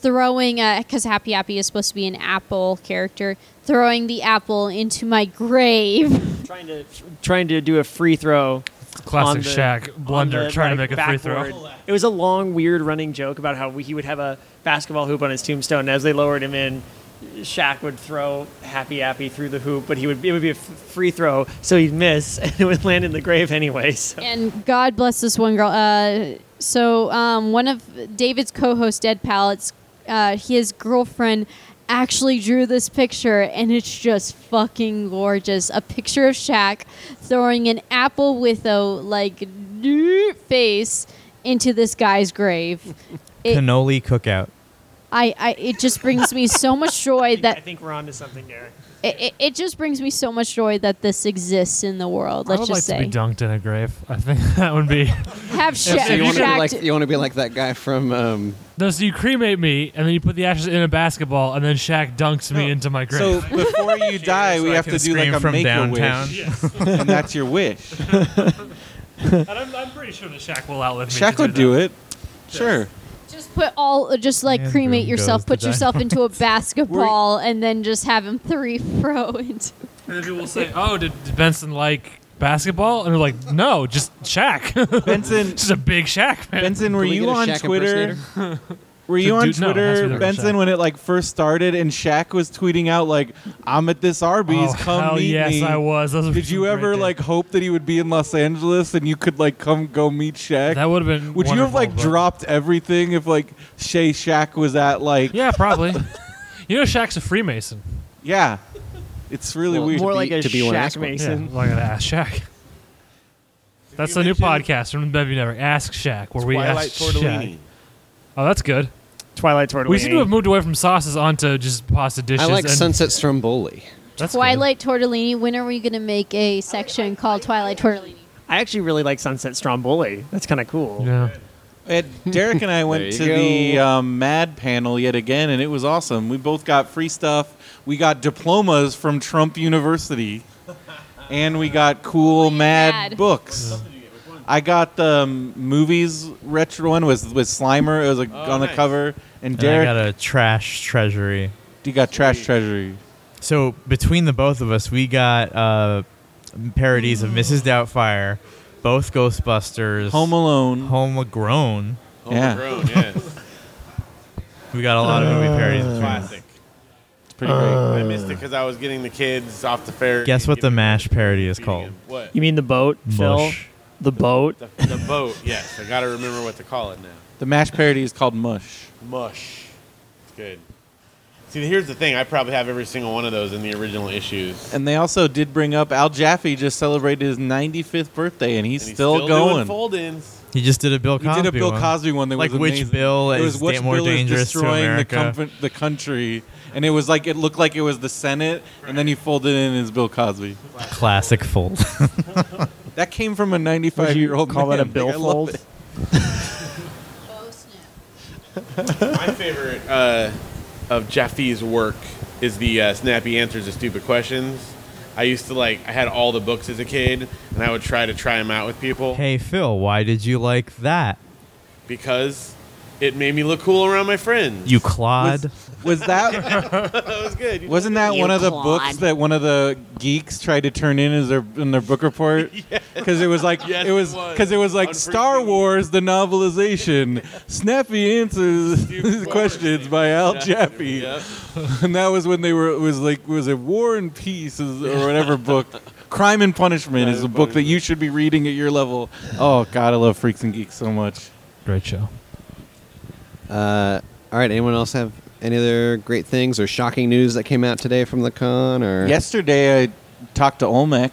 Speaker 2: throwing a because Happy Happy is supposed to be an apple character, throwing the apple into my grave."
Speaker 5: Trying to trying to do a free throw.
Speaker 4: Classic
Speaker 5: on the-
Speaker 4: Shaq blunder
Speaker 5: on the,
Speaker 4: trying
Speaker 5: like,
Speaker 4: to make a free throw.
Speaker 5: backward. It was a long, weird running joke about how he would have a basketball hoop on his tombstone. And as they lowered him in, Shaq would throw Happy Appy through the hoop, but he would it would be a f- free throw, so he'd miss, and it would land in the grave anyway. So
Speaker 2: and God bless this one girl. Uh, so um, one of David's co-host, Dead Pallets, uh, his girlfriend actually drew this picture, and it's just fucking gorgeous. A picture of Shaq throwing an apple with a like face into this guy's grave. It-
Speaker 10: Cannoli cookout.
Speaker 2: I, I it just brings me so much joy that
Speaker 5: I think we're onto something, Derek.
Speaker 2: it, it, it just brings me so much joy that this exists in the world. Let's
Speaker 4: I would
Speaker 2: just
Speaker 4: like
Speaker 2: say,
Speaker 4: to be dunked in a grave. I think that would be.
Speaker 2: have Shaq.
Speaker 1: you want to be
Speaker 2: Shaq
Speaker 1: like
Speaker 2: do-
Speaker 1: you want to be like that guy from um,
Speaker 4: No, so you cremate me, and then you put the ashes in a basketball, and then Shaq dunks me into my
Speaker 3: So
Speaker 4: grave.
Speaker 3: before you die, we
Speaker 10: I
Speaker 3: have
Speaker 10: can
Speaker 3: to do like
Speaker 10: scream
Speaker 3: a
Speaker 10: from
Speaker 3: make a
Speaker 10: downtown.
Speaker 3: wish,
Speaker 10: Yes.
Speaker 3: and that's your wish.
Speaker 4: and I'm, I'm pretty sure that Shaq will outlive me.
Speaker 3: Shaq
Speaker 4: to
Speaker 3: would
Speaker 4: do
Speaker 3: do it. Sure.
Speaker 2: just put all, just like
Speaker 10: Andrew
Speaker 2: cremate
Speaker 10: goes
Speaker 2: yourself,
Speaker 10: to
Speaker 2: put
Speaker 10: die.
Speaker 2: yourself into a basketball, and then just have him three throw into.
Speaker 4: And then people say, "Oh, did, did Benson like basketball?" And they're like, "No, just Shaq.
Speaker 3: Benson,
Speaker 4: just a big Shaq man."
Speaker 3: Benson, were
Speaker 1: we
Speaker 3: you
Speaker 1: get a
Speaker 3: on
Speaker 1: Shaq
Speaker 3: Twitter? Were you
Speaker 4: a
Speaker 3: on
Speaker 4: dude- no, it has to be the
Speaker 3: Twitter,
Speaker 4: real
Speaker 3: Benson,
Speaker 4: Shaq.
Speaker 3: when it like first started, and Shaq was tweeting out like, "I'm at this Arby's,
Speaker 4: oh,
Speaker 3: come
Speaker 4: hell
Speaker 3: meet
Speaker 4: yes,
Speaker 3: me."
Speaker 4: I was. Those were
Speaker 3: Did
Speaker 4: some
Speaker 3: you
Speaker 4: great
Speaker 3: ever
Speaker 4: days.
Speaker 3: like hope that he would be in Los Angeles and you could like come go meet Shaq?
Speaker 4: That would have been.
Speaker 3: would you have
Speaker 4: wonderful,
Speaker 3: like
Speaker 4: but-
Speaker 3: dropped everything if like Shay Shaq was at like yeah,
Speaker 4: Yeah, probably. you know, Shaq's a Freemason.
Speaker 3: It's really
Speaker 1: Well,
Speaker 3: weird.
Speaker 5: More
Speaker 1: be-
Speaker 5: like a
Speaker 1: to be one ass
Speaker 5: Shaq
Speaker 1: one.
Speaker 4: Yeah,
Speaker 5: Mason.
Speaker 4: like an ass Shaq. That's the new podcast from Bevy Never. Ask Shaq, where we
Speaker 6: Twilight
Speaker 4: ask
Speaker 6: Tortellini.
Speaker 4: Shaq. Oh, that's good.
Speaker 5: Twilight Tortellini.
Speaker 4: We seem to have moved away from sauces onto just pasta dishes.
Speaker 1: I like
Speaker 4: and
Speaker 1: Sunset Stromboli.
Speaker 4: that's good.
Speaker 2: Twilight Tortellini. When are we gonna make a section called Twilight Tortellini?
Speaker 5: I actually really like Sunset Stromboli. That's kind of cool.
Speaker 4: Yeah.
Speaker 3: And Derek and I went to
Speaker 1: There you
Speaker 3: the
Speaker 1: go.
Speaker 3: um, Mad panel yet again, and it was awesome. We both got free stuff. We got diplomas from Trump University, and we got cool Mad,
Speaker 2: Mad.
Speaker 3: books. I got the um, movies retro one was with Slimer. It was like, on the
Speaker 6: nice.
Speaker 3: cover, and
Speaker 10: And I
Speaker 3: Derek,
Speaker 10: got a trash treasury.
Speaker 3: you got Trash Treasury.
Speaker 10: So between the both of us, we got uh, parodies of Mrs. Doubtfire, both Ghostbusters,
Speaker 3: Home Alone.
Speaker 10: Homegrown.
Speaker 3: yeah,
Speaker 6: Homegrown, yes.
Speaker 10: We got a lot of
Speaker 6: Uh,
Speaker 10: movie parodies. between us.
Speaker 6: Classic.
Speaker 3: it's pretty great.
Speaker 6: I missed it because I was getting the kids off the ferry.
Speaker 10: Uh. Guess what the
Speaker 6: Giving-
Speaker 10: MASH parody is
Speaker 6: feeding
Speaker 10: called?
Speaker 6: them- What?
Speaker 5: You mean the boat, Phil?
Speaker 10: Mush.
Speaker 5: The boat.
Speaker 6: The, the boat, yes. I got to remember what to call it now.
Speaker 3: The Mash parody is called Mush.
Speaker 6: Mush. It's good. See, here's the thing. I probably have every single one of those in the original issues.
Speaker 3: And they also did bring up Al Jaffe just celebrated his 95th birthday, and he's,
Speaker 6: And he's
Speaker 3: still,
Speaker 6: doing
Speaker 3: going.
Speaker 6: fold-ins.
Speaker 10: He just did a Bill
Speaker 3: We
Speaker 10: Cosby.
Speaker 3: did a Bill
Speaker 10: one.
Speaker 3: Cosby one that
Speaker 10: Like
Speaker 3: was
Speaker 10: which
Speaker 3: amazing.
Speaker 10: bill
Speaker 3: it was
Speaker 10: is
Speaker 3: which
Speaker 10: da- more
Speaker 3: bill is
Speaker 10: dangerous to
Speaker 3: destroying the,
Speaker 10: America?
Speaker 3: comfort- the country, and it was like it looked like it was the Senate, and then he folded in as Bill Cosby.
Speaker 10: Classic fold.
Speaker 3: That came from a
Speaker 5: Would you
Speaker 3: 95-year-old
Speaker 5: call
Speaker 3: man.
Speaker 5: that a
Speaker 3: Like, I
Speaker 5: billfold?
Speaker 3: love it.
Speaker 6: My favorite uh, of Jaffe's work is the uh, snappy answers to stupid questions. I used to like. I had all the books as a kid, and I would try to try them out with people
Speaker 10: hey Phil, why did you like that?
Speaker 6: because it made me look cool around my friends.
Speaker 10: You clod.
Speaker 3: Was that
Speaker 6: that was good.
Speaker 3: wasn't that
Speaker 2: You
Speaker 3: one of the
Speaker 2: clod.
Speaker 3: books that one of the geeks tried to turn in as their in their book report? Because it was like
Speaker 6: Yes,
Speaker 3: it
Speaker 6: it
Speaker 3: was
Speaker 6: was.
Speaker 3: because it was like
Speaker 6: On
Speaker 3: Star
Speaker 6: freaking-
Speaker 3: Wars the novelization, snappy answers
Speaker 6: Stupid
Speaker 3: questions by Al Jaffe.
Speaker 6: Yep.
Speaker 3: and that was when they were it was like was it War and Peace is- or whatever book. Crime and Punishment is a
Speaker 6: and
Speaker 3: book that you should be reading at your level. Oh God, I love Freaks and Geeks so much.
Speaker 11: Great show.
Speaker 1: Uh, all right. Anyone else have any other great things or shocking news that came out today from the con? Or
Speaker 3: Yesterday, I talked to Olmec,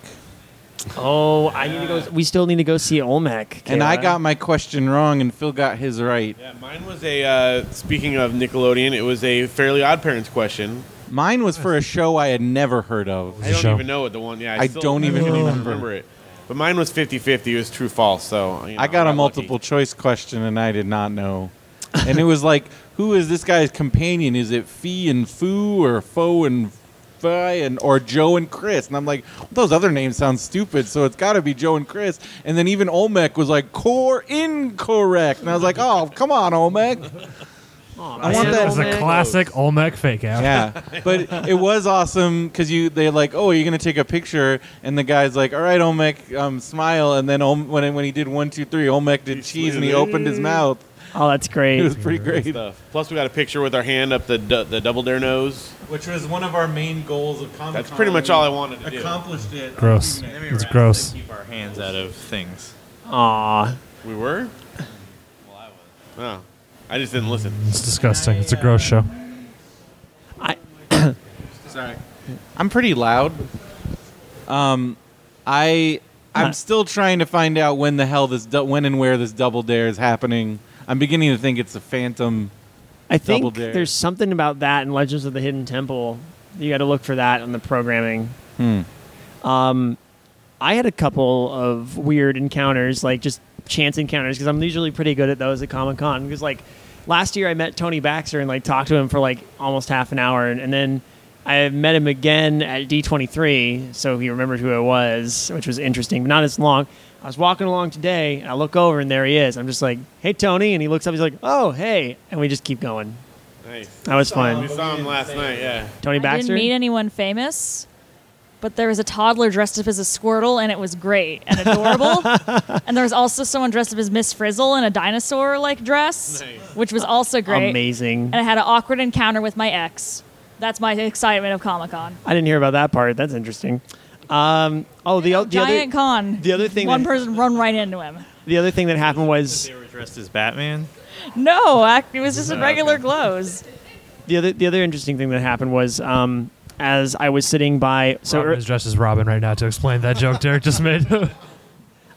Speaker 5: Oh, I need to go. We still need to go see Olmec.
Speaker 3: and I
Speaker 5: Kayla.
Speaker 3: got my question wrong, and Phil got his right.
Speaker 6: Yeah, mine was a. Uh, speaking of Nickelodeon, it was a Fairly Odd Parents question.
Speaker 3: Mine was for a show I had never heard of.
Speaker 6: I don't
Speaker 11: show.
Speaker 6: even know what the one. Yeah, I,
Speaker 3: I
Speaker 6: still
Speaker 3: don't even
Speaker 6: can't
Speaker 3: remember.
Speaker 6: remember it. But mine was 50-50. It was true false. So you know,
Speaker 3: I got a
Speaker 6: lucky.
Speaker 3: multiple choice question, and I did not know. and it was like, who is this guy's companion? Is it Fee and Foo or Fo and Fi and or Joe and Chris? And I'm like, those other names sound stupid, so it's got to be Joe and Chris. And then even Olmec was like, core incorrect, and I was like, oh come on, Olmec. I want that.
Speaker 4: It's a classic Olmec fake out.
Speaker 3: yeah but it was awesome because you they like oh you're gonna take a picture and the guy's like all right olmec um, smile and then Ol- when, when he did one two three olmec did cheese and he opened his mouth
Speaker 5: Oh, that's
Speaker 3: it was
Speaker 5: great.
Speaker 3: pretty great
Speaker 6: stuff. Plus, we got a picture with our hand up the du- the double dare nose.
Speaker 3: which was one of our main goals of comic
Speaker 6: That's pretty much all I wanted to do.
Speaker 3: accomplished it
Speaker 4: Gross. It's gross.
Speaker 10: Keep our hands out of things.
Speaker 5: Aw.
Speaker 6: We were. Well, I was. Oh, I just didn't listen.
Speaker 4: It's disgusting. It's a gross show.
Speaker 5: I,
Speaker 3: I'm pretty loud. Um, I I'm still trying to find out when the hell this du- when and where this double dare is happening. I'm beginning to think it's a phantom.
Speaker 5: I think
Speaker 3: double dare.
Speaker 5: there's something about that in Legends of the Hidden Temple. You got to look for that on the programming.
Speaker 3: Hmm.
Speaker 5: Um, I had a couple of weird encounters, like just chance encounters, because I'm usually pretty good at those at Comic Con. Because like last year, I met Tony Baxter and like talked to him for like almost half an hour, and, and then I met him again at D23, so he remembered who I was, which was interesting, but not as long. I was walking along today, and I look over, and there he is. I'm just like, "Hey, Tony," and he looks up. He's like, "Oh, hey," and we just keep going.
Speaker 6: Nice.
Speaker 5: That was
Speaker 6: We
Speaker 5: fun.
Speaker 6: saw him last night. Yeah.
Speaker 5: Tony
Speaker 9: I
Speaker 5: Baxter.
Speaker 9: didn't meet anyone famous, but there was a toddler dressed up as a Squirtle, and it was great and adorable. and there was also someone dressed up as Miss Frizzle in a dinosaur-like dress, which was also great.
Speaker 5: Amazing.
Speaker 9: And I had an awkward encounter with my ex. That's my excitement of Comic Con.
Speaker 5: I didn't hear about that part. That's interesting. Um, oh, the, o- the
Speaker 9: Giant
Speaker 5: other
Speaker 9: con.
Speaker 5: the other thing
Speaker 9: One
Speaker 5: that-
Speaker 9: person run right into him.
Speaker 5: the other thing that happened was
Speaker 10: dressed as Batman.
Speaker 9: No, I, it was just in
Speaker 5: Okay.
Speaker 9: regular clothes.
Speaker 5: the other the other interesting thing that happened was um, as I was sitting by so
Speaker 4: Robin
Speaker 5: er-
Speaker 4: is dressed as Robin right now to explain that joke Derek just made.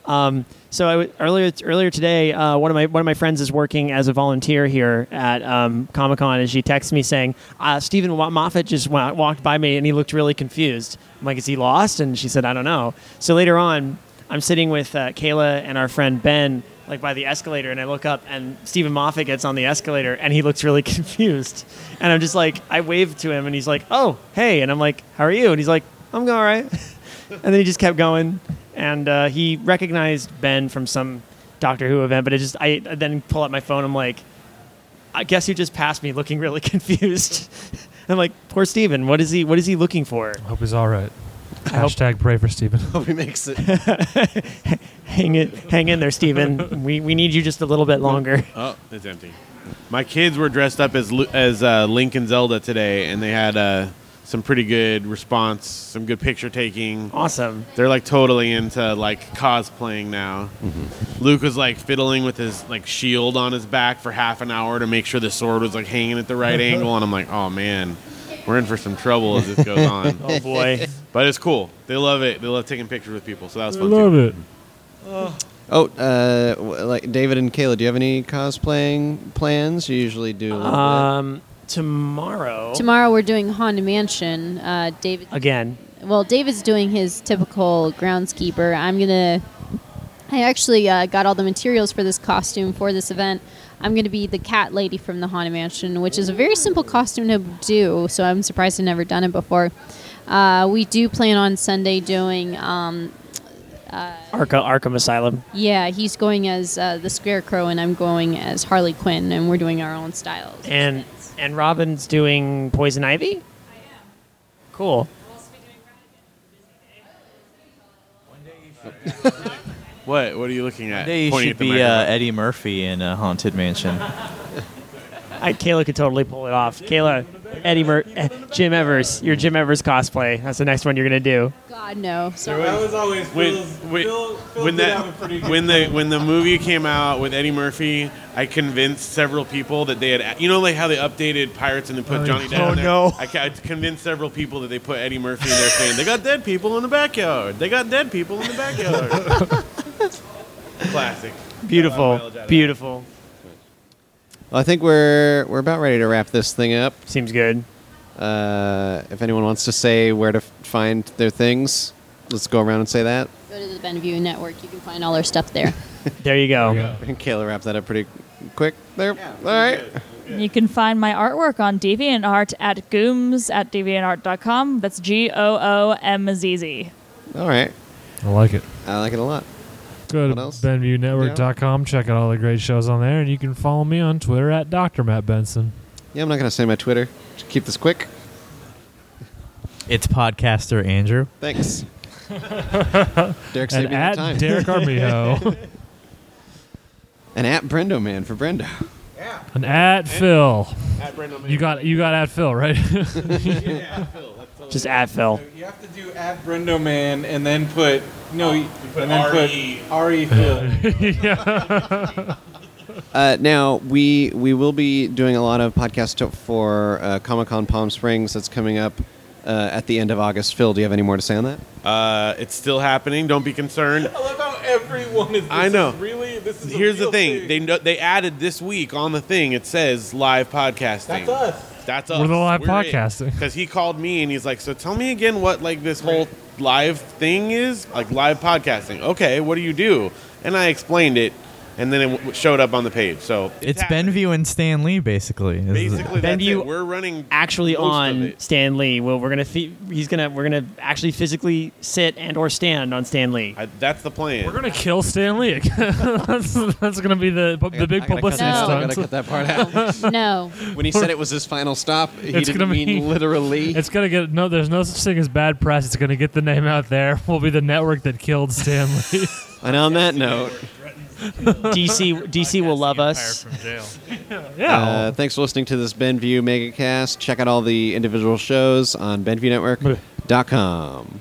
Speaker 5: Um, so I w- earlier earlier today, uh, one of my one of my friends is working as a volunteer here at um, Comic Con, and she texts me saying, uh, "Stephen Wa- Moffat just wa- walked by me, and he looked really confused." I'm like, "Is he lost?" And she said, "I don't know." So later on, I'm sitting with uh, Kayla and our friend Ben, like by the escalator, and I look up, and Stephen Moffat gets on the escalator, and he looks really confused, and I'm just like, I wave to him, and he's like, "Oh, hey," and I'm like, "How are you?" And he's like, "I'm all right." and then he just kept going, and uh, he recognized Ben from some Doctor Who event. But it just, I then pull out my phone. I'm like, I guess you just passed me, looking really confused. I'm like, poor Steven, what is he? What is he looking for?
Speaker 4: Hope he's all
Speaker 5: hope-
Speaker 4: right. Hashtag pray for Steven.
Speaker 5: Oh,
Speaker 1: Hope he makes it.
Speaker 5: hang it, hang in there, Steven. we we need you just a little bit longer.
Speaker 6: Oh, it's empty. My kids were dressed up as Lu- as uh, Link and Zelda today, and they had uh, some pretty good response, some good picture taking.
Speaker 5: Awesome.
Speaker 6: They're like totally into like cosplaying now.
Speaker 4: Mm-hmm.
Speaker 6: Luke was like fiddling with his like shield on his back for half an hour to make sure the sword was like hanging at the right angle, and I'm like, oh man, we're in for some trouble as this goes on.
Speaker 5: Oh, boy.
Speaker 6: But it's cool. They love it. They love taking pictures with people, so that was
Speaker 4: I
Speaker 6: fun.
Speaker 4: love
Speaker 6: too.
Speaker 4: it.
Speaker 1: Oh, uh, w- like David and Kayla, do you have any cosplaying plans? You usually do. A little
Speaker 5: Um, tomorrow.
Speaker 2: Tomorrow we're doing Haunted Mansion. Uh, David
Speaker 5: Again.
Speaker 2: Well, David's doing his typical groundskeeper. I'm gonna. I actually uh, got all the materials for this costume for this event. I'm gonna be the cat lady from the Haunted Mansion, which is a very simple costume to do. So I'm surprised I've never done it before. Uh, we do plan on Sunday doing. Um, uh,
Speaker 5: Arca, Arkham Asylum.
Speaker 2: yeah, he's going as uh, the Scarecrow, and I'm going as Harley Quinn, and we're doing our own styles.
Speaker 5: And and Robin's doing Poison Ivy. I am. Cool.
Speaker 6: What? What are you looking at?
Speaker 10: They
Speaker 6: Pointing
Speaker 10: should
Speaker 6: at the
Speaker 10: be uh,
Speaker 6: microphone.
Speaker 10: Eddie Murphy in uh, Haunted Mansion.
Speaker 5: I, Kayla could totally pull it off. Kayla, Eddie, Mur- eh, Jim Evers, your Jim Evers cosplay. That's the next one you're gonna do.
Speaker 2: God no, sorry.
Speaker 6: That was always when, when, when that when the when the movie came out with Eddie Murphy, I convinced several people that they had you know like how they updated Pirates and then put
Speaker 4: Oh,
Speaker 6: Johnny
Speaker 4: yeah.
Speaker 6: Depp.
Speaker 4: Oh,
Speaker 6: in there?
Speaker 4: no.
Speaker 6: I, ca- I convinced several people that they put Eddie Murphy in there saying they got dead people in the backyard. They got dead people in the backyard. Classic.
Speaker 5: Beautiful, beautiful.
Speaker 1: Well, I think we're we're about ready to wrap this thing up.
Speaker 5: Seems good.
Speaker 1: Uh, if anyone wants to say where to f- find their things, let's go around and say that.
Speaker 2: Go to the Benview Network. You can find all our stuff there.
Speaker 5: There you go.
Speaker 1: Kayla wrapped that up pretty quick there. All right.
Speaker 9: You can find my artwork on DeviantArt at gooms at deviantart.com. That's G O O M Z Z.
Speaker 1: All right.
Speaker 4: I like it.
Speaker 1: I like it a lot.
Speaker 4: Go to
Speaker 1: What else?
Speaker 4: BenviewNetwork.com. Check out all the great shows on there, and you can follow me on Twitter at Dr. Matt Benson.
Speaker 1: Yeah, I'm not gonna say my Twitter. Just keep this quick.
Speaker 10: It's podcaster Andrew.
Speaker 1: Thanks. Derek saved
Speaker 4: and
Speaker 1: me that
Speaker 4: at
Speaker 1: time.
Speaker 4: Derek Armijo.
Speaker 1: and at Brendo Man for Brendo.
Speaker 4: and at Phil.
Speaker 6: At Brendo
Speaker 4: You got you got at Phil, right?
Speaker 5: Just at Phil.
Speaker 3: You have to do at Brendo Man and then put no, you
Speaker 6: put
Speaker 3: and then
Speaker 6: RE.
Speaker 3: put R E Phil.
Speaker 1: Uh, now we we will be doing a lot of podcasts to- for uh, Comic Con Palm Springs that's coming up uh, at the end of August. Phil, do you have any more to say on that?
Speaker 6: Uh, it's still happening. Don't be concerned.
Speaker 3: I love how everyone is. This
Speaker 6: I know.
Speaker 3: Is really, this is a
Speaker 6: Here's the
Speaker 3: real
Speaker 6: thing. They know, they added this week on the thing. It says live podcasting.
Speaker 3: That's us.
Speaker 6: That's us.
Speaker 4: We're the live podcasting.
Speaker 6: Because he called me and he's like, "So tell me again what like this whole live thing is like live podcasting." Okay, what do you do? And I explained it, and then it w- showed up on the page. So
Speaker 10: It's Benview and Stan Lee, basically. is-
Speaker 6: Basically, that's
Speaker 5: Benview
Speaker 6: it. We're running
Speaker 5: actually
Speaker 6: most of
Speaker 5: on
Speaker 6: it.
Speaker 5: Stan Lee. Well, we're gonna fe- he's gonna we're gonna actually physically sit and or stand on Stan Lee.
Speaker 6: I, that's the plan.
Speaker 4: We're gonna kill Stanley. that's, that's gonna be the the big publicity stunt.
Speaker 2: no.
Speaker 1: When he said it was his final stop, he
Speaker 4: It's
Speaker 1: didn't
Speaker 4: gonna
Speaker 1: mean
Speaker 4: be-
Speaker 1: literally.
Speaker 4: It's gonna get no. There's no such thing as bad press. It's gonna get the name out there. We'll be the network that killed Stanley.
Speaker 1: And on that note,
Speaker 5: DC DC will love us.
Speaker 4: Yeah.
Speaker 1: Uh, thanks for listening to this Benview Megacast. Check out all the individual shows on BenviewNetwork.com.